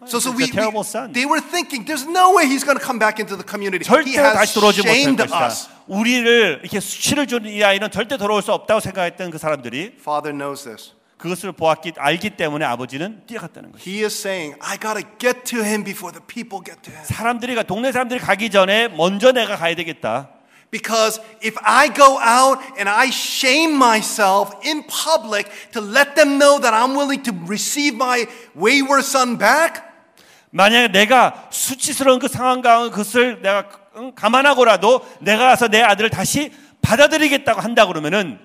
So, so
he's a
we, we-
terrible son.
they were thinking, there's no way he's going to come back into the community. He
절대로
has
다시 돌아오지 못할
shamed
것이다.
us.
우리를 이렇게 수치를 주는 이 아이는 절대 돌아올 수 없다고 생각했던 그 사람들이
Father knows this.
그것을 보았기 알기 때문에 아버지는 뛰어갔다는 거죠.
He is saying, I got to get to him before the people get to him.
사람들이 가- 동네 사람들이 가기 전에 먼저 내가 가야 되겠다.
Because if I go out and I shame myself in public to let them know that I'm willing to receive my wayward son back,
만약에 내가 수치스러운 그 상황 가운 그것을 내가 응, 감안하고라도 내가 가서 내 아들을 다시 받아들이겠다고 한다 그러면은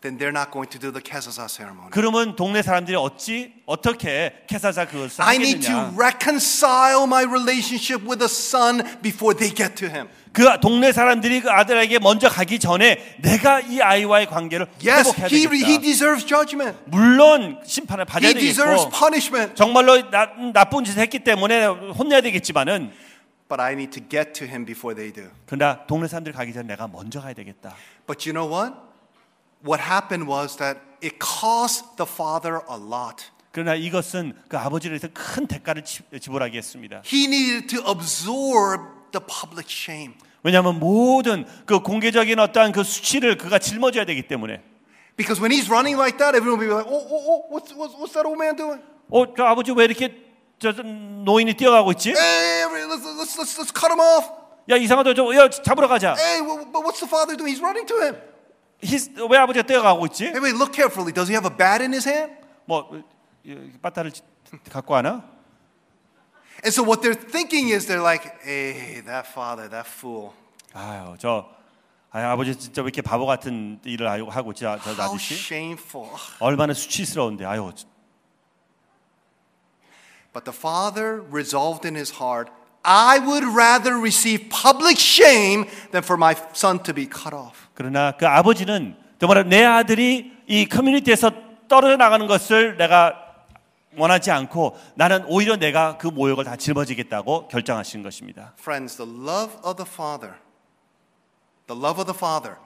then they're not going to do the kezaza ceremony.
그러면 동네 사람들이 어찌 어떻게 캐사사 그것을
I need to
하겠느냐?
reconcile my relationship with a son before they get to him.
그 동네 사람들이 그 아들에게 먼저 가기 전에 내가 이 아이와의 관계를
Yes,
회복해야
he, he
되겠다.
deserves judgment.
물론 심판을 받아야
He deserves
되겠고
punishment.
정말로 나, 나쁜 짓을 했기 때문에 혼내야 되겠지만은
But I need to get to him before they do.
그러나 동네 사람들이 가기 전에 내가 먼저 가야 되겠다.
But you know what? What happened was that it cost the father a lot.
그러나 이것은 그 아버지를 위해서 큰 대가를 치- 지불하게 했습니다.
He needed to absorb the public shame.
왜냐하면 모든 그 공개적인 어떠한 그 수치를 그가 짊어져야 되기 때문에
Because when he's running like that, everyone will be like, oh, oh, oh, what's, what's, what's that old man doing?
어, 저 아버지 왜 이렇게 저 노인이 뛰어가고 있지?
Hey, every- let's, let's, let's, let's cut him off.
야 이상하다 저 야, 잡으러 가자.
Hey, wh- but what's the father doing? He's running to him.
히스- 왜 아버지가 뛰어가고 있지?
Hey, wait, look carefully. Does he have a bat in his hand?
뭐 어, 이 빠따를 지- 갖고 와나?
And so what they're thinking is they're like, hey, that father, that fool.
아유 저 아유, 아버지 진짜 왜 이렇게 바보 같은 일을 하고- 하고 있지 저
How
아저씨?
shameful.
얼마나 수치스러운데 아유
But the father resolved in his heart, I would rather receive public shame than for my son to be cut off.
그러나 그 아버지는 정말 내 아들이 이 커뮤니티에서 떨어져 나가는 것을 내가 원하지 않고 나는 오히려 내가 그 모욕을 다 짊어지겠다고 결정하신 것입니다.
Friends, the love of the Father, the love of the Father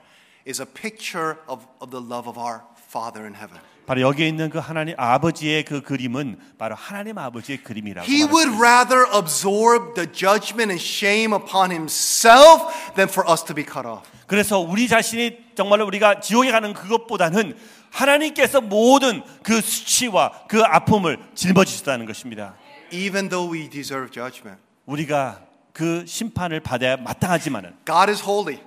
is a picture of, of the love of our Father in heaven.
바로 여기에 있는 그 하나님 아버지의 그 그림은 바로 하나님 아버지의 그림이라고
He
말할 수
would
있습니다.
rather absorb the judgment and shame upon himself than for us to be cut off.
그래서 우리 자신이 정말로 우리가 지옥에 가는 그것보다는 하나님께서 모든 그 수치와 그 아픔을 짊어지셨다는 것입니다.
Even though we deserve judgment,
우리가 그 심판을 받아야 마땅하지만은
God is holy.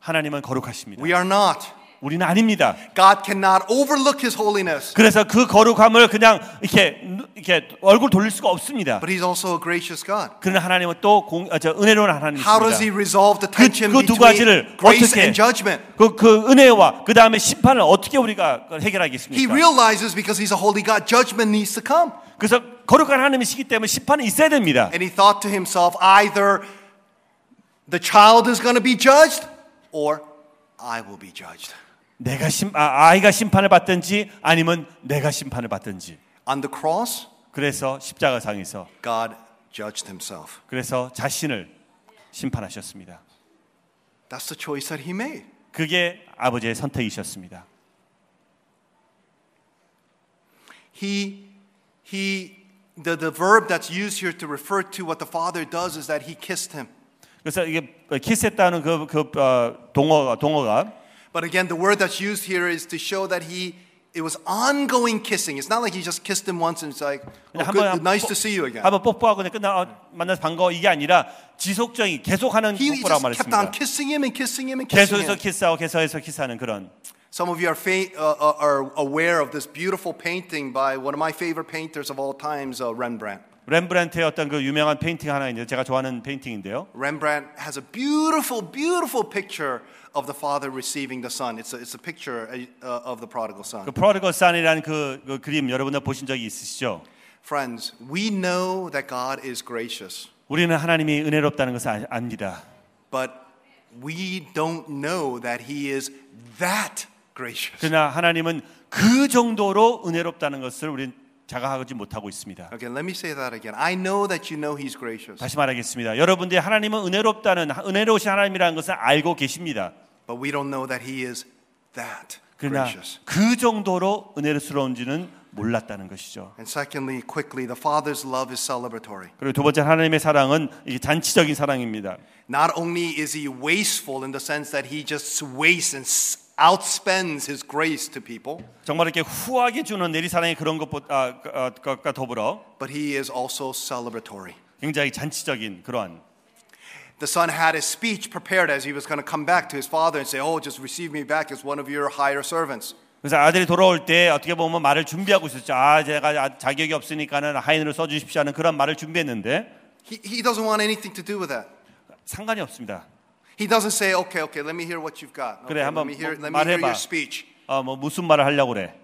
하나님은 거룩하십니다.
We are not.
우리는 아닙니다.
God cannot overlook his holiness,
그래서 그 거룩함을 그냥 이렇게 누- 이렇게 얼굴 돌릴 수가 없습니다.
but he's also a gracious God.
그러나 하나님은 또 공, 아, 저 은혜로운
How does he
하나님이십니다.
resolve the tension
그두
between
가지를
grace
어떻게-
and judgment?
그, 그 은혜와 그 다음에 심판을 어떻게 우리가
He
해결하겠습니까?
realizes because he's a holy God, judgment needs to come.
그래서 거룩한 하나님이시기 때문에 심판은 있어야 됩니다.
And he thought to himself, either The child is going to be judged, or I will be judged.
내가 심, 아, 아이가 심판을 받든지 아니면 내가 심판을 받든지.
On the cross,
그래서 십자가상에서
God judged himself.
그래서 자신을 심판하셨습니다.
That's the choice that he made.
그게 아버지의 선택이셨습니다.
He, he, the, the verb that's used here to refer to what the father does is that he kissed him.
그래서 이게 키스했다는 그, 그 어, 동어, 동어가
But again, the word that's used here is to show that he, it was ongoing kissing. It's not like he just kissed him once and it's like, "Oh,
그냥 한
good,
번- 한
nice
번-
to see you again.
한번 뽀뽀하고 그냥 끝나 어, 만나서 반가워 이게 아니라 지속적인 계속하는
He just
뽀뽀라고
kept on
말했습니다.
kissing him and kissing him and kissing
계속해서
him.
키스하고 계속해서 키스하는 그런
Some of you are, fa- uh, uh, are aware of this beautiful painting by one of my favorite painters of all times, uh, Rembrandt.
렘브란트의 어떤 그 유명한 페인팅 하나 있는데 제가 좋아하는 페인팅인데요.
Rembrandt has a beautiful, beautiful picture of the father receiving the son. It's a, it's a picture uh, of the prodigal son.
그 프로디걸 산이라는 그, 그 그림 여러분들 보신 적이 있으시죠?
Friends, we know that God is gracious,
우리는 하나님이 은혜롭다는 것을 아- 압니다.
but we don't know that He is that gracious.
그러나 하나님은 그 정도로 은혜롭다는 것을 우리는 자각하지 못하고 있습니다.
Okay, let me say that again. I know that you know He's gracious,
다시 말하겠습니다. 여러분들이 하나님은 은혜롭다는 은혜로우신 하나님이라는 것을 알고 계십니다.
but we don't know that He is that
그러나
gracious.
그 정도로 은혜스러운지는 몰랐다는 것이죠.
And secondly, quickly, the Father's love is celebratory.
그리고 두 번째 하나님의 사랑은 이게 잔치적인 사랑입니다.
Not only is He wasteful in the sense that He just wastes and s- outspends His grace to people,
정말 이렇게 후하게 주는 내리 사랑의 그런 어, 것보다 더불어
but He is also celebratory.
굉장히 잔치적인 그러한
The son had his speech prepared as he was going to come back to his father and say, Oh, just receive me back as one of your higher servants.
그래서 아들이 돌아올 때 어떻게 보면 말을 준비하고 있었죠. 아, 제가 아- 자격이 없으니까는 하인으로 써주십시오 하는 그런 말을 준비했는데
He, he doesn't want anything to do with that.
상관이 없습니다.
He doesn't say, Okay, okay, let me hear what you've got. Okay,
그래, 한번
let me hear,
뭐-
let me hear your
말해봐.
speech.
아, 뭐 무슨 말을 하려고 그래.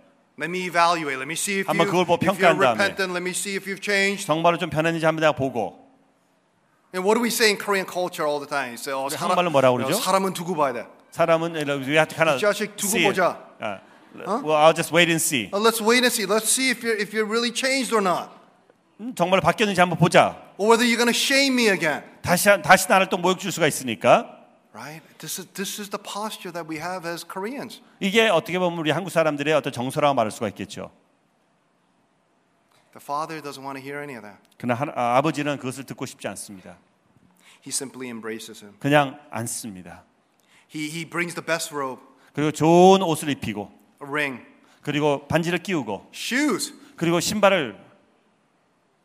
Let me evaluate. Let me see if, you,
한번 그걸 뭐
if you're
평가한 다음에.
repentant. Let me see if you've changed.
정말로 좀 변했는지 한번 내가 보고.
And what do we say in Korean culture all the time? You say, oh, 사람,
한말로 뭐라
you know,
그러죠?
사람은 두고 봐야 돼.
사람은 이렇게 하나
이 자식 두고
see.
보자. 어?
아, well, I'll just wait and see.
Oh, let's wait and see. Let's see if you're, if you're really changed or not.
음, 정말로 바뀌었는지 한번 보자.
Or whether you're going to shame me again.
다시 한- 다시 나를 또 모욕 줄 수가 있으니까
Right? This is, this is the posture that we have as Koreans.
이게 어떻게 보면 우리 한국 사람들의 어떤 정서라고 말할 수가 있겠죠.
The father doesn't want to hear any of that.
그러나 하나- 아, 아버지는 그것을 듣고 싶지 않습니다.
He simply embraces him.
그냥 안습니다.
He, he brings the best robe,
그리고 좋은 옷을 입히고
a ring,
그리고 반지를 끼우고
shoes.
그리고 신발을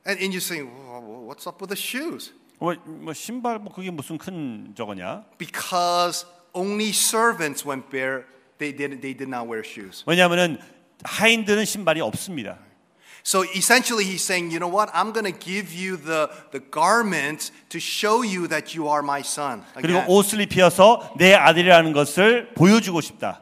And, and you say, "Wha- wha- what's up with the shoes?
뭐, 뭐 신발 뭐 그게 무슨 큰 저거냐?
Because only servants went bare, they, didn't, they did not wear shoes.
왜냐하면은 하인들은 신발이 없습니다.
So essentially, he's saying, you know what? I'm going to give you the, the garments to show you that you are my son.
그리고
Again.
옷을 입혀서 내 아들이라는 것을 보여주고 싶다.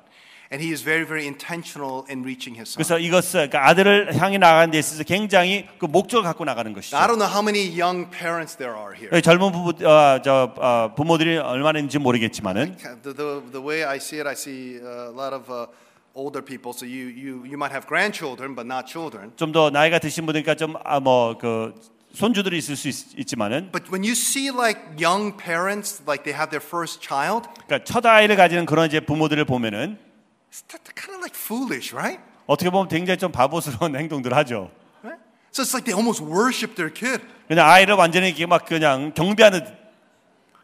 And he is very, very intentional in reaching his son.
그래서 이것을 그러니까 아들을 향해 나가는 데 있어서 굉장히 그 목적을 갖고 나가는 것이죠.
Now, I don't know how many young parents there are here.
여기 예, 젊은 부부 어, 저 어, 부모들이 얼마나 있는지 모르겠지만은
The, the, the way I see it, I see uh, a lot of uh, older people. So you, you, you might have grandchildren, but not children.
좀 더 나이가 드신 분이니까 아, 좀뭐그 손주들이 있을 수 있, 지만은
But when you see like young parents, like they have their first child,
그러니까 첫 아이를 가지는 그런 이제 부모들을 보면은
it's kind of like foolish, right?
어떻게 보면 굉장히 좀 바보스러운 행동들 을 하죠.
right? So it's like they almost worship their kid.
그냥 아이를 완전히 이렇게 막 그냥 경배하는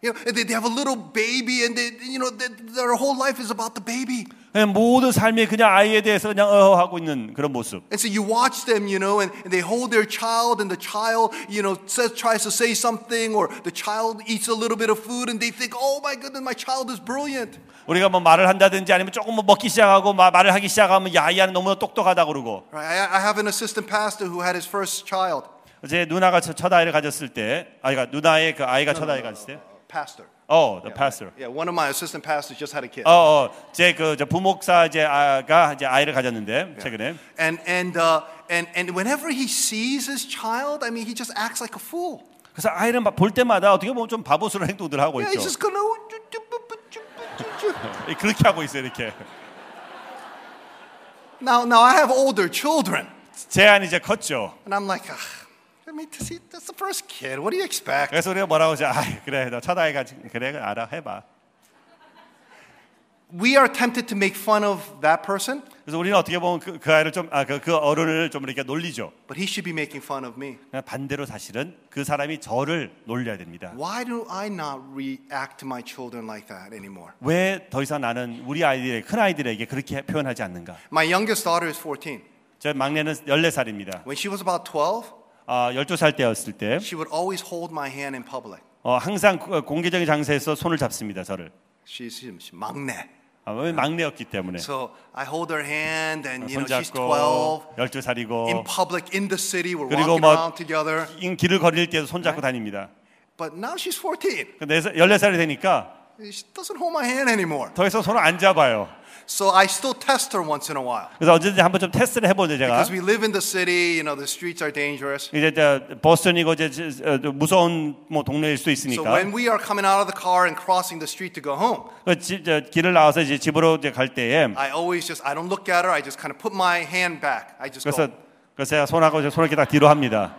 You know, and they, they have a little baby, and they, you know, they, their whole life is about the baby.
그냥 모든 삶이 그냥 아이에 대해서 그냥 어 하고 있는 그런 모습.
And so you watch them, you know, and, and they hold their child, and the child, you know, says, tries to say something, or the child eats a little bit of food, and they think, oh my goodness, my child is brilliant.
우리가 뭐 말을 한다든지 아니면 조금 뭐 먹기 시작하고 마- 말을 하기 시작하면 야 이 아는 너무나 똑똑하다 그러고
Right? I, I have an assistant pastor who had his first child,
제 누나가 첫, 첫 아이를 가졌을 때 아이가 누나의 그 아이가 첫 아이 가졌을 때
pastor.
어, the pastor. Oh,
Yeah, one of my assistant pastors just had a kid.
어, 어, 제그 부목사 이제 아가 이제 아이를 가졌는데
예.
최근에
And, and, uh, and, and whenever he sees his child, I mean, he just acts like a fool.
그래서 아이를 막볼 때마다 어떻게 보면 좀 바보스러운 행동들을 하고
Yeah,
있죠. 예,
he's just gonna.
그렇게 하고 있어요, 이렇게.
Now, now I have older children,
제안이 이제 컸죠.
and I'm like, ah, I mean, that's that's the first kid. What do you expect?
그래서 우리가 뭐라고 하죠? 아, 그래, 너 차다해 가 그래, 알아, 해봐.
We are tempted to make fun of that person,
그래서 우리는 어떻게 보면 그, 그 아이를 좀, 아, 그, 그 어른을 좀 이렇게 놀리죠.
but he should be making fun of me.
반대로 사실은 그 사람이 저를 놀려야 됩니다.
Why do I not react to my children like that anymore?
왜 더 이상 나는 우리 아이들의 큰 아이들에게 그렇게 표현하지 않는가?
My youngest daughter is 14.
저 막내는 14살입니다.
When she was about 12,
아, 12살 때였을 때
she would always hold my hand in public.
어, 항상 고- 공개적인 장소에서 손을 잡습니다. 저를.
She's, she's 막내.
아, 왜 막내였기 때문에.
So I hold her hand, and you know she's
손잡고
12.
12살이고
In public, in the city, we're walking
그리고 뭐-
around together.
긴 길을 걸을 때도 손잡고 다닙니다.
But now she's 14.
근데 14살이 되니까
She doesn't hold my hand anymore.
더 이상 손을 안 잡아요.
So I still test her once in a while.
그래서 언제든지 한번 좀 테스트를 해보죠 제가.
Because we live in the city, you know, the streets are dangerous.
이제 저 보스턴이고 이제 저- 어, 저 무서운 뭐 동네일 수도
So
있으니까
when we are coming out of the car and crossing the street to go home,
그 집- 저 길을 나와서 이제 집으로 이제 갈 때에
I always just, I don't look at her. I just kind of put my hand back. I just
그래서
go.
그래서 제가 손하고 이제 손을 이렇게 딱 뒤로 합니다.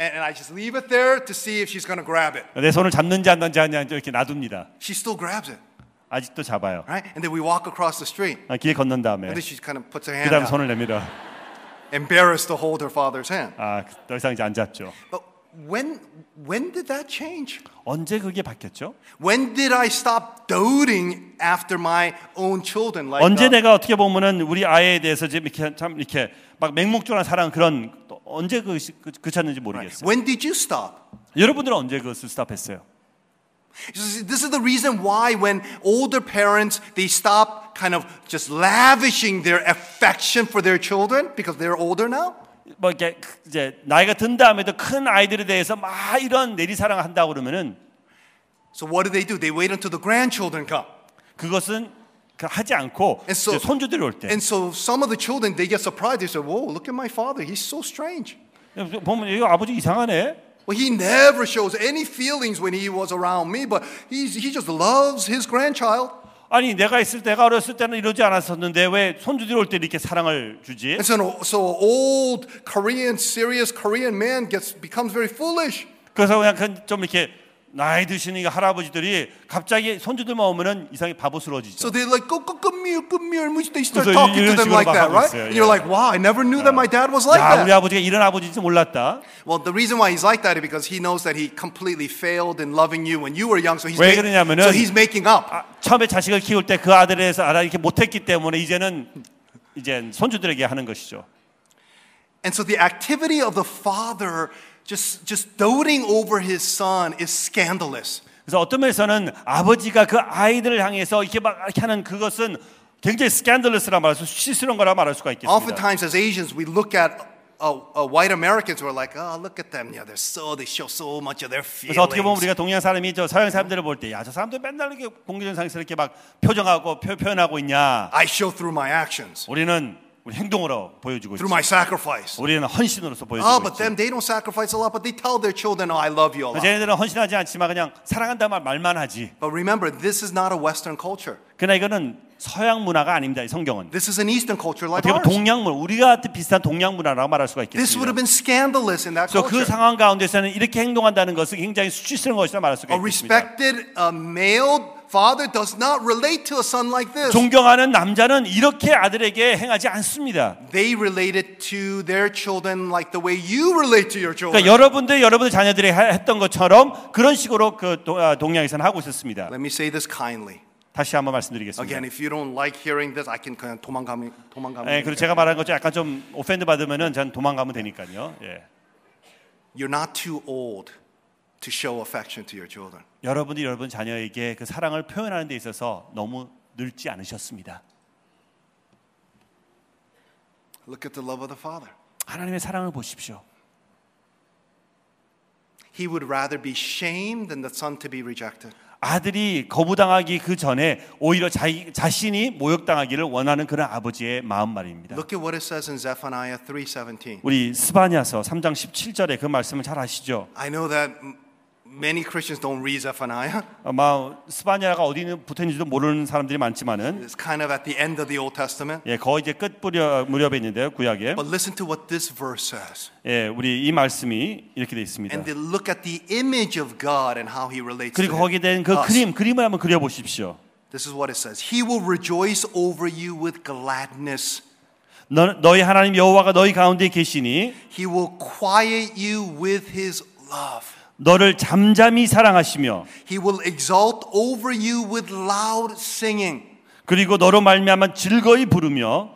And, and I just leave it there to see if she's going to grab it.
내 손을 잡는지 안 잡는지 그냥 이렇게 놔둡니다.
She still grabs it,
아직도 잡아요.
right? And then we walk across the street.
아, 길 건넌 다음에
And then she kind of puts her hand out,
그다음 손을 내밀어.
embarrassed to hold her father's hand.
아, 더 이상 이제 안 잡죠.
But when, when did that change?
언제 그게 바뀌었죠?
When did I stop doting after my own children? Like
언제
uh,
내가 어떻게 보면은 우리 아이에 대해서 지금 이렇게 참 이렇게 막 맹목적으로 사랑 그런 또 언제 그, 그, 그쳤는지 모르겠어요.
when did you stop?
여러분들은 언제 아, 그것을 스탑했어요?
You see, This is the reason why when older parents they stop kind of just lavishing their affection for their children because they're older now.
뭐 이렇게 크- 이제 나이가 든 다음에도 큰 아이들에 대해서 막 이런 내리 사랑을 한다 고 그러면은
So what do they do? They wait until the grandchildren come.
그것은 그 하지 않고
And so-
이제 손주들이 올 때.
And so some of the children they get surprised. They say, "Whoa, look at my father. He's so strange.
보면 이거 아버지 이상하네.
Well, he never shows any feelings when he was around me, but he's, he just loves his grandchild."
아니 내가 있을 때가 어렸을 때는 이러지 않았었는데 왜 손주들이 올 때 이렇게 사랑을 주지?
And so, so old Korean, serious Korean man gets becomes very foolish.
그래서 그냥 그좀 이렇게 나이 드시는 이 할아버지들이 갑자기 손주들만 오면은 이상하게 바보스러워지죠.
So they're like, go, go, come here, come here. And we- they start
So
talking
이런
to them
식으로
like
막
that,
하고
right?
있어요,
And you're
yeah.
like, wow, I never knew that my dad was like
야 우리
that.
아버지가 이런 아버지인지 몰랐다.
Well, the reason why he's like that is because he knows that he completely failed in loving you when you were young. So he's, ma-
왜 그러냐면은-
so he's making up.
아, 처음에 자식을 키울 때 그 아들에 대해서 알아 이렇게 못했기 때문에 이제는 이제 손주들에게 하는 것이죠.
And so the activity of the father just, just doting over his son is scandalous.
그래서 어떤 면에서는 아버지가 그 아이들을 향해서 이렇게 막 이렇게 하는 그것은 굉장히 스캔들러스라 말할 수, 시스러운 거라 말할 수가 있겠습니다.
Oftentimes, as Asians, we look at uh, uh, white Americans, we're like, oh, look at them. Yeah, they're so, they show so much of their
그래서 어떻게 보면
feelings.
우리가 동양 사람이 저 서양 사람들을 볼 때 야 저 사람들 맨날 이렇게 공개전상스럽게 막 표정하고 표, 표현하고 있냐
I show through my actions,
우리는 우리 행동으로 보여주고 있지
through my sacrifice.
우리는
Oh,
헌신으로서 보여주고
but
있지
them, they don't sacrifice a lot, but they tell their children, oh, I love you a lot.
쟤네들은 헌신하지 않지만 그냥 사랑한다 말 말만 하지
But remember, this is not a Western culture.
그러나 이거는 서양 문화가 아닙니다 이 성경은
This is an Eastern culture like
어떻게 보면
ours.
동양 문화 우리가 비슷한 동양 문화라고 말할 수가
This would have
있겠습니다
been scandalous in that
그래서 그
culture.
상황 가운데서는 이렇게 행동한다는 것은 굉장히 수치스러운 것이라 말할 수가
A
있겠습니다
respected uh, male father does not relate to a son like this.
존경하는 남자는 이렇게 아들에게 행하지 않습니다
They related to their children like the way you relate to your children.
그러니까 여러분들 여러분들 자녀들이 하- 했던 것처럼 그런 식으로 그 도- 아, 동양에서는 하고 있었습니다.
Let me say this kindly.
다시 한번 말씀드리겠습니다.
Again, if you don't like hearing this, I can 그냥 도망가면 도망가면.
예, 그리고 제가 말한 것처럼 약간 좀 오펜드 받으면은 전 도망가면 되니까요. 예.
You're not too old to show affection to your children.
여러분들이 여러분 자녀에게 그 사랑을 표현하는 데 있어서 너무 늙지 않으셨습니다.
Look at the love of the father.
하나님의 사랑을 보십시오.
He would rather be shamed than the son to be rejected.
아들이 거부당하기 그 전에 오히려 자기, 자신이 모욕당하기를 원하는 그런 아버지의 마음 말입니다.
Look at what it says in Zephaniah 3:17.
우리 스바냐서 3장 17절의 그 말씀을 잘 아시죠?
I know that Many Christians don't read Zephaniah.
어, 아마 스파냐가 어디 있는 붙어있는지도 모르는 사람들이 많지만은
It's kind of at the end of the Old Testament.
예, 거의 이제 끝 무렵, 무렵에 있는데요, 구약에.
But listen to what this verse says.
예, 우리 이 말씀이 이렇게 돼 있습니다.
And they look at the image of God and how he relates
그리고
to
거기에
it.
대한 그
us.
그림, 그림을 한번 그려 보십시오.
This is what it says. He will rejoice over you with gladness.
너, 너희 하나님 여호와가 너희 가운데 계시니
He will quiet you with his love.
너를 잠잠히 사랑하시며
He will exalt over you with loud singing.
그리고 너로 말미암아 즐거이 부르며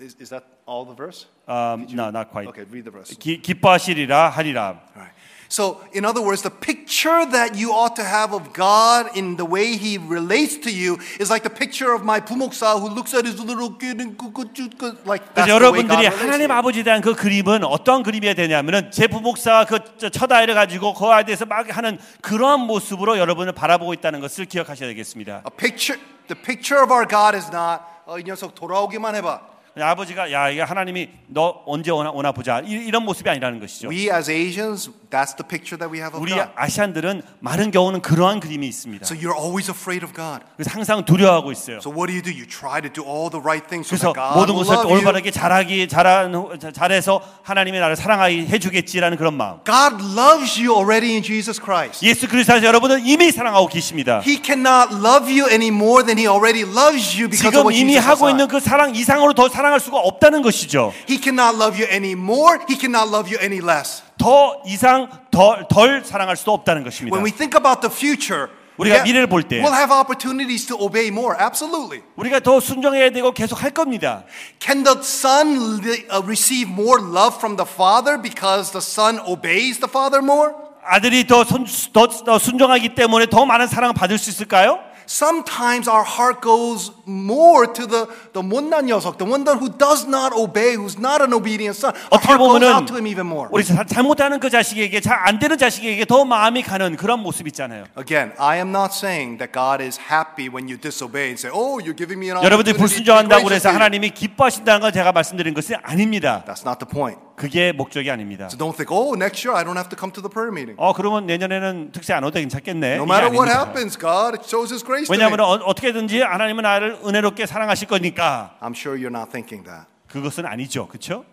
Is, is that all the verse?
아, 나, 나 과이
read the verse.
기, 기뻐하시리라 하리라.
All right. So, in other words, the picture that you ought to have of God in the way He relates to you is like the picture of my pumoksa who looks at his little kid and go- go- go- go- like that's the way
그래서
God
여러분들이
relates to
하나님
you.
아버지에 대한 그 그림은 어떤 그림이 되냐면은 제 부목사가 그첫 아이를 가지고 그 아이에 대해서 막 하는 그러한 모습으로 여러분을 바라보고 있다는 것을 기억하셔야 되겠습니다.
A picture, the picture of our God is not 어, 이 녀석 돌아오기만 해봐.
그냥 아버지가 야 이게 하나님이 너 언제 오나, 오나 보자 이, 런 모습이 아니라는 어, 것이죠.
We as Asians, that's the picture that we have of
우리
God.
아시안들은 많은 경우는 그러한 그림이 있습니다.
So you're always afraid of God.
그래서 항상 두려워하고 있어요.
So what do you do? You try to do all the right things so
그래서
that God
모든
will
것을
love you.
올바르게 잘하기 잘한 후- 자- 잘해서 하나님이 나를 사랑하게 해주겠지라는 그런 마음.
God loves you already in Jesus Christ.
예수 그리스도 안에서 여러분은 이미 사랑하고 계십니다.
He cannot love you any more than He already loves you because of what
지금 이미
Jesus has
하고 있는
done.
그 사랑 이상으로 더 사랑할 수가 없다는 것이죠.
He cannot love you any more. He cannot love you any less.
더 이상 덜, 덜 사랑할 수도 없다는 것입니다.
When we think about the future, we
우리가
ha-
미래를 볼 때.
we'll have opportunities to obey more. Absolutely.
우리가 더 순종해야 되고 계속 할 겁니다.
Can the son li- uh, receive more love from the father because the son obeys the father more?
아들이 더, 손, 더, 더 순종하기 때문에 더 많은 사랑을 받을 수 있을까요?
Sometimes our heart goes more to the the 못난 녀석, the one that who does not obey, who's not an obedient son. Our heart
어떻게
goes
보면은
out to him even more.
우리 자- 잘못하는 그 자식에게 잘 안 되는 자식에게 더 마음이 가는 그런 모습 있잖아요.
Again, I am not saying that God is happy when you disobey and say, "Oh, you're giving me an opportunity."
어, 여러분들이
to be
불순종한다고
gracious
해서
to
그
you."
하나님이 기뻐하신다는 건 제가 말씀드린 것이 아닙니다.
That's not the point.
그게 목적이 아닙니다.
So don't think, "Oh, next year I don't have to come to the prayer meeting."
어 그러면 내년에는 특세 안 오도 괜찮겠네.
No
이게
matter what
아닙니다.
happens, God shows His grace to
왜냐하면
me.
어, 어떻게든지 하나님은 나를 은혜롭게 사랑하실 거니까
I'm sure you're not thinking that.
그것은 아니죠, 그렇죠?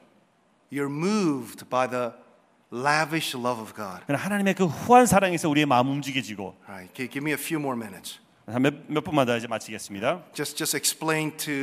You're moved by the lavish love of God.
그냥 하나님의 그 후한 사랑에서 우리의 마음 움직이지고
All right, gi- give me a few more minutes.
몇몇 분마다 이제 마치겠습니다.
Just, just explain to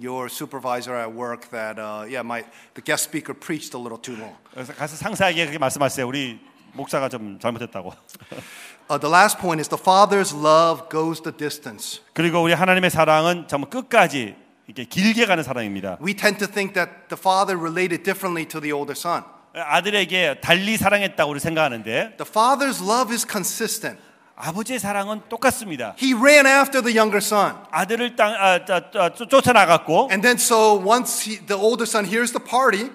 your supervisor at work that, uh, yeah, my, the guest speaker preached a little too long.
그래서 가서 상사에게 그렇게 말씀하세요. 우리 목사가 좀 잘못했다고.
Uh, the last point is the Father's love goes the distance.
그리고 우리 하나님의 사랑은 정말 끝까지 이렇게 길게 가는 사랑입니다.
We tend to think that the Father related differently to the older son.
아들에게 달리 사랑했다고 우리 생각하는데
The Father's love is consistent.
아버지의 사랑은 똑같습니다.
He ran after the younger son.
아들을 땅, 아, 아, 아, 쫓- 쫓아나갔고
And then, so once he, the older son hears the party,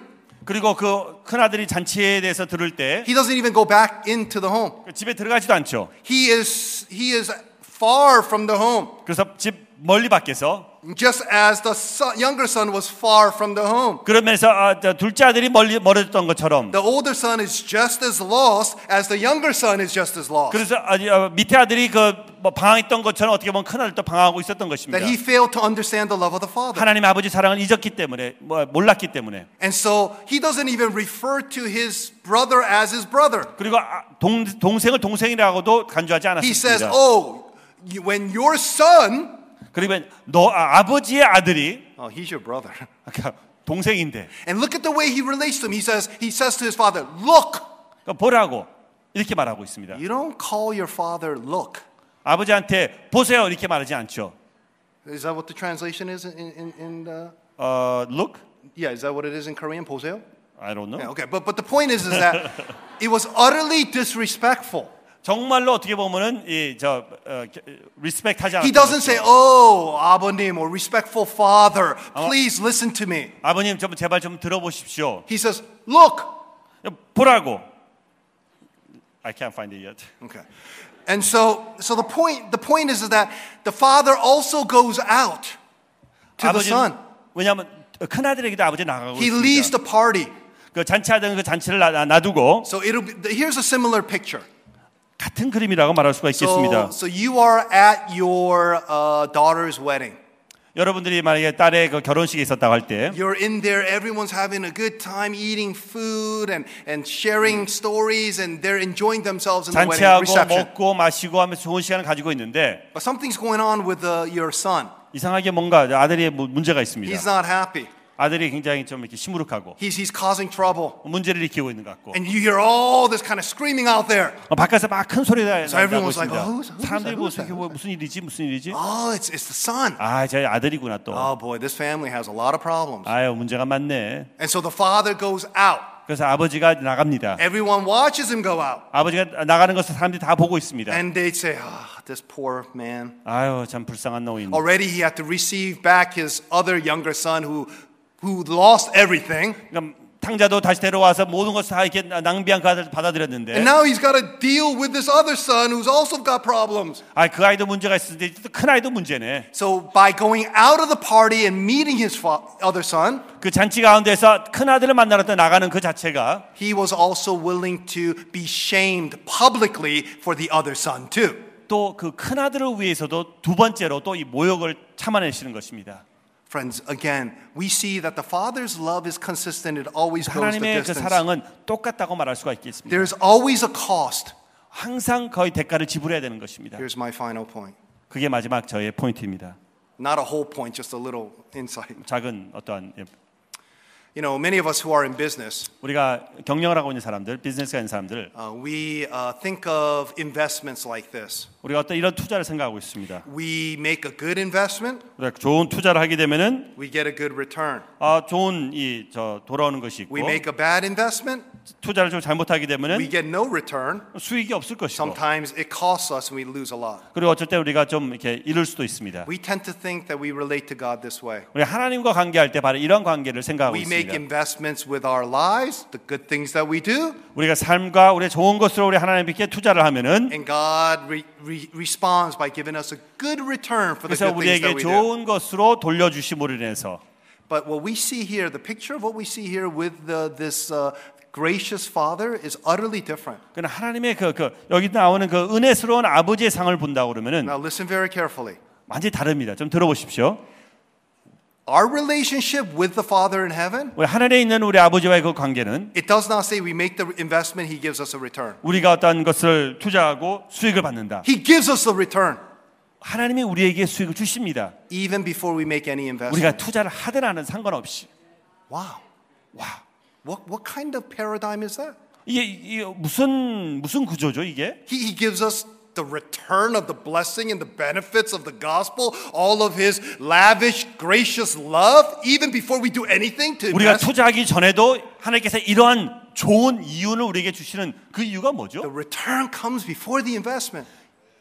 그리고 그 큰아들이 잔치에 대해서 들을 때
he doesn't even go back into the home.
집에 들어가지도 않죠.
He is, he is far from the home,
그래서 집 멀리 밖에서
just as the son, younger son was far from the home.
그러면서 아, 저 둘째 아들이 멀리 멀어졌던 것처럼
The older son is just as lost as the younger son is just as lost.
그래서 아니, 어, 밑에 아들이 그뭐 방황했던 것처럼 어떻게 보면 큰아들도 방황하고 있었던 것입니다.
That he failed to understand the love of the father.
하나님 아버지 사랑을 잊었기 때문에 뭐, 몰랐기 때문에
And so he doesn't even refer to his brother as his brother.
그리고 아, 동, 동생을 동생이라고도 간주하지
He says,
않았습니다.
Oh, you- when your son,
그러면 너 아, 아버지의 아들이
oh, he's your brother.
아까 동생인데
And look at the way he relates to him. He says, He says to his father, Look,
그러니까 보라고 이렇게 말하고 있습니다.
you don't call your father look.
아버지한테 보세요 이렇게 말하지 않죠.
Is that what the translation is in, in, in uh,
어, look,
yeah, is that what it is in Korean? Poseo?
I don't know.
Yeah, okay, but, but the point is, is that it was utterly disrespectful.
정말로 어떻게 보면은 이저 어, 리스펙하지 않았
He doesn't say, "Oh, 아버님," or "respectful father, please listen to me."
아버님 좀 제발 좀 들어보십시오.
He says, "Look."
보라고. I can't find it yet.
Okay. And so, so the point, the point is, is that the father also goes out to the
아버지는
son.
왜냐하면 큰 아들에게도 아버지 나가고
He
있습니다.
leaves the party.
그 잔치하던 그 잔치를 놔- 놔두고
So it'll be, here's a similar picture.
같은 그림이라고 말할 수가 있겠습니다.
So, so you are at your uh, daughter's wedding.
여러분들이 만약에 딸의 그 결혼식이 있었다고 할 때
You're in there, everyone's having a good time eating food and, and sharing stories, and they're enjoying themselves in the wedding
잔치하고
reception.
먹고 마시고 하면서 좋은 시간을 가지고 있는데
But something's going on with uh, your son.
이상하게 뭔가 아들이 뭐 문제가 있습니다.
He's not happy,
아들이 굉장히 좀 이렇게 시무룩하고
he's, he's causing trouble.
문제를 일으키고 있는 것 같고
And you hear all this kind of screaming out there.
어, 밖에서 막 큰 소리가
So everyone
나고
was like,
있습니다.
"Oh, who's- who's that?
사람들이
Who's
무슨
that?
이게 뭐- 무슨 일이지 무슨 일이지?
Oh, it's, it's the son.
아, 제 아들이구나 또.
Oh boy, this family has a lot of problems.
아유 문제가 많네.
And so the father goes out.
그래서 아버지가 나갑니다.
Everyone watches him go out.
아버지가 나가는 것을 사람들이 다 보고 있습니다.
And they say, ah, this poor man.
아유 참 불쌍한 놈이네.
Already he had to receive back his other younger son who, who lost everything.
그러니까 탕자도 다시 데려와서 모든 것을 다 이렇게 낭비한 그 아들
And
받아들였는데,
now he's got to deal with this other son who's also got problems.
아그 아이도 문제가 있었는데 또큰 아이도 문제네.
So by going out of the party and meeting his fa- other son,
그 잔치 가운데서 큰 아들을 만나러 또 나가는 그 자체가
he was also willing to be shamed publicly for the other son too.
또 그 큰 아들을 위해서도 두 번째로 또 이 모욕을 참아내시는 것입니다.
Friends, again, we see that the father's love is consistent. It always goes the
하나님의 그
distance.
사랑은 똑같다고 말할 수가 있겠습니다.
There's always a cost.
항상 거의 대가를 지불해야 되는 것입니다.
Here's my final point.
그게 마지막 저의 포인트입니다.
Not a whole point, just a little insight.
작은 어떠한 예,
You know, many of us who are in business,
우리가 경영을 하고 있는 사람들, 비즈니스가 있는 사람들,
uh, we uh, think of investments like this.
우리가 어떤 이런 투자를 생각하고 있습니다.
We make a good investment,
우리가 좋은 투자를 하게 되면은
we get a good return.
아, 좋은 이 저 돌아오는 것이 있고
We make a bad investment,
투자를 좀 잘못하게
we
되면은
get no return.
수익이 없을 것이고
Sometimes it costs us and we lose a lot.
그리고 어쩔 때 우리가 좀 이렇게 잃을 수도 있습니다.
We tend to think that we relate to God this way.
우리 하나님과 관계할 때 바로 이런 관계를 생각하고
Oh, We make
있습니다.
investments with our lives, the good things that we do,
우리가 삶과 우리의 좋은 것으로 우리 하나님께 투자를 하면은
and God re- re- responds by giving us a good return for the
그래서
good things that
우리에게
we do.
좋은 것으로 돌려주심으로 인해서
But what we see here, the picture of what we see here with the, this uh, gracious father is utterly different.
그는 하나님의 그, 그 여기 나오는 그 은혜스러운 아버지의 상을 본다 그러면은
Now, listen very carefully.
완전히 다릅니다. 좀 들어보십시오.
Our relationship with the Father in heaven,
우리 하늘에 있는 우리 아버지와의 그 관계는
it does not say we make the investment, He gives us a return.
우리가 어떤 것을 투자하고 수익을 받는다.
He gives us the return
하나님이 우리에게 수익을 주십니다.
even before we make any investment.
우리가 투자를 하든 안 하든 상관없이.
Wow.
와.
What, what kind of paradigm is that?
이게, 이게 무슨 무슨 구조죠, 이게?
He, he gives us the return of the blessing and the benefits of the gospel, all of His lavish, gracious love, even before we do anything to
우리가
invest.
투자하기 전에도 하나님께서 이러한 좋은 이윤을 우리에게 주시는 그 이유가
The
뭐죠?
return comes before the investment.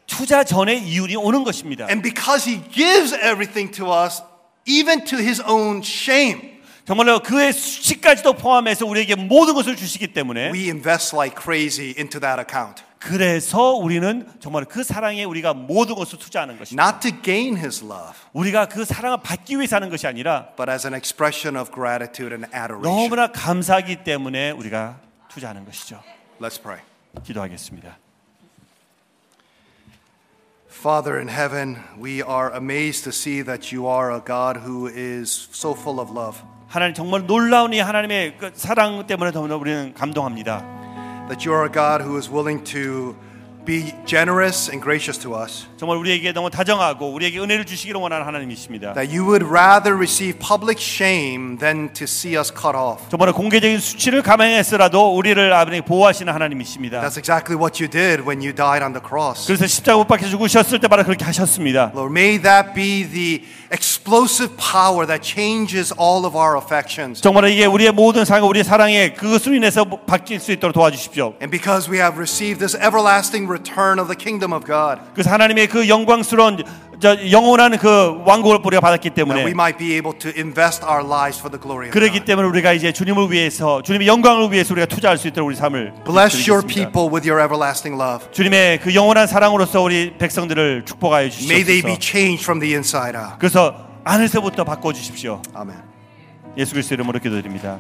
투자 전에 이윤이 오는 것입니다.
And because he gives everything to us, even to his own shame,
정말로 그의 수치까지도 포함해서 우리에게 모든 것을 주시기 때문에
we invest like crazy into that account.
그래서 우리는 정말 그 사랑에 우리가 모든 것을 투자하는 것입니다.
Not to gain his love,
우리가 그 사랑을 받기 위해서 하는 것이 아니라
but as an expression of gratitude and adoration.
너무나 감사하기 때문에 우리가 투자하는 것이죠.
Let's pray.
기도하겠습니다.
Father in heaven, we are amazed to see that you are a God who is so full of love,
하나님 정말 놀라운 이 하나님의 그 사랑 때문에 더불어 우리는 감동합니다.
that you are a God who is willing to be generous and gracious to us,
정말 우리에게 너무 다정하고 우리에게 은혜를 주시기를 원하는 하나님이십니다.
that you would rather receive public shame than to see us cut off.
정말 공개적인 수치를 감행했으라도 우리를 아버지 보호하시는 하나님이십니다.
That's exactly what you did when you died on the cross.
그래서 십자가 못 박혀 죽으셨을 때 바로 그렇게 하셨습니다.
Lord, may that be the explosive power that changes all of our affections.
정말 이게 우리의 모든 삶과 우리의 사랑에 그것으로 인해서 바뀔 수 있도록 도와주십시오.
And because we have received this everlasting return of the kingdom of God,
그래서 하나님의 그 영광스러운 저 영원한 그 왕국을 우리가 받았기
that we
때문에
might be able to invest our lives for the glory of
그러기
God.
때문에 우리가 이제 주님을 위해서 주님의 영광을 위해서 우리가 투자할 수 있도록 우리 삶을
Bless your
드리겠습니다.
people with your everlasting love.
주님의 그 영원한 사랑으로서 우리 백성들을 축복하여
May they be
주시옵소서.
changed from the inside out.
그래서 안에서부터 바꿔 주십시오.
Amen.
예수 그리스도 이름으로 기도드립니다.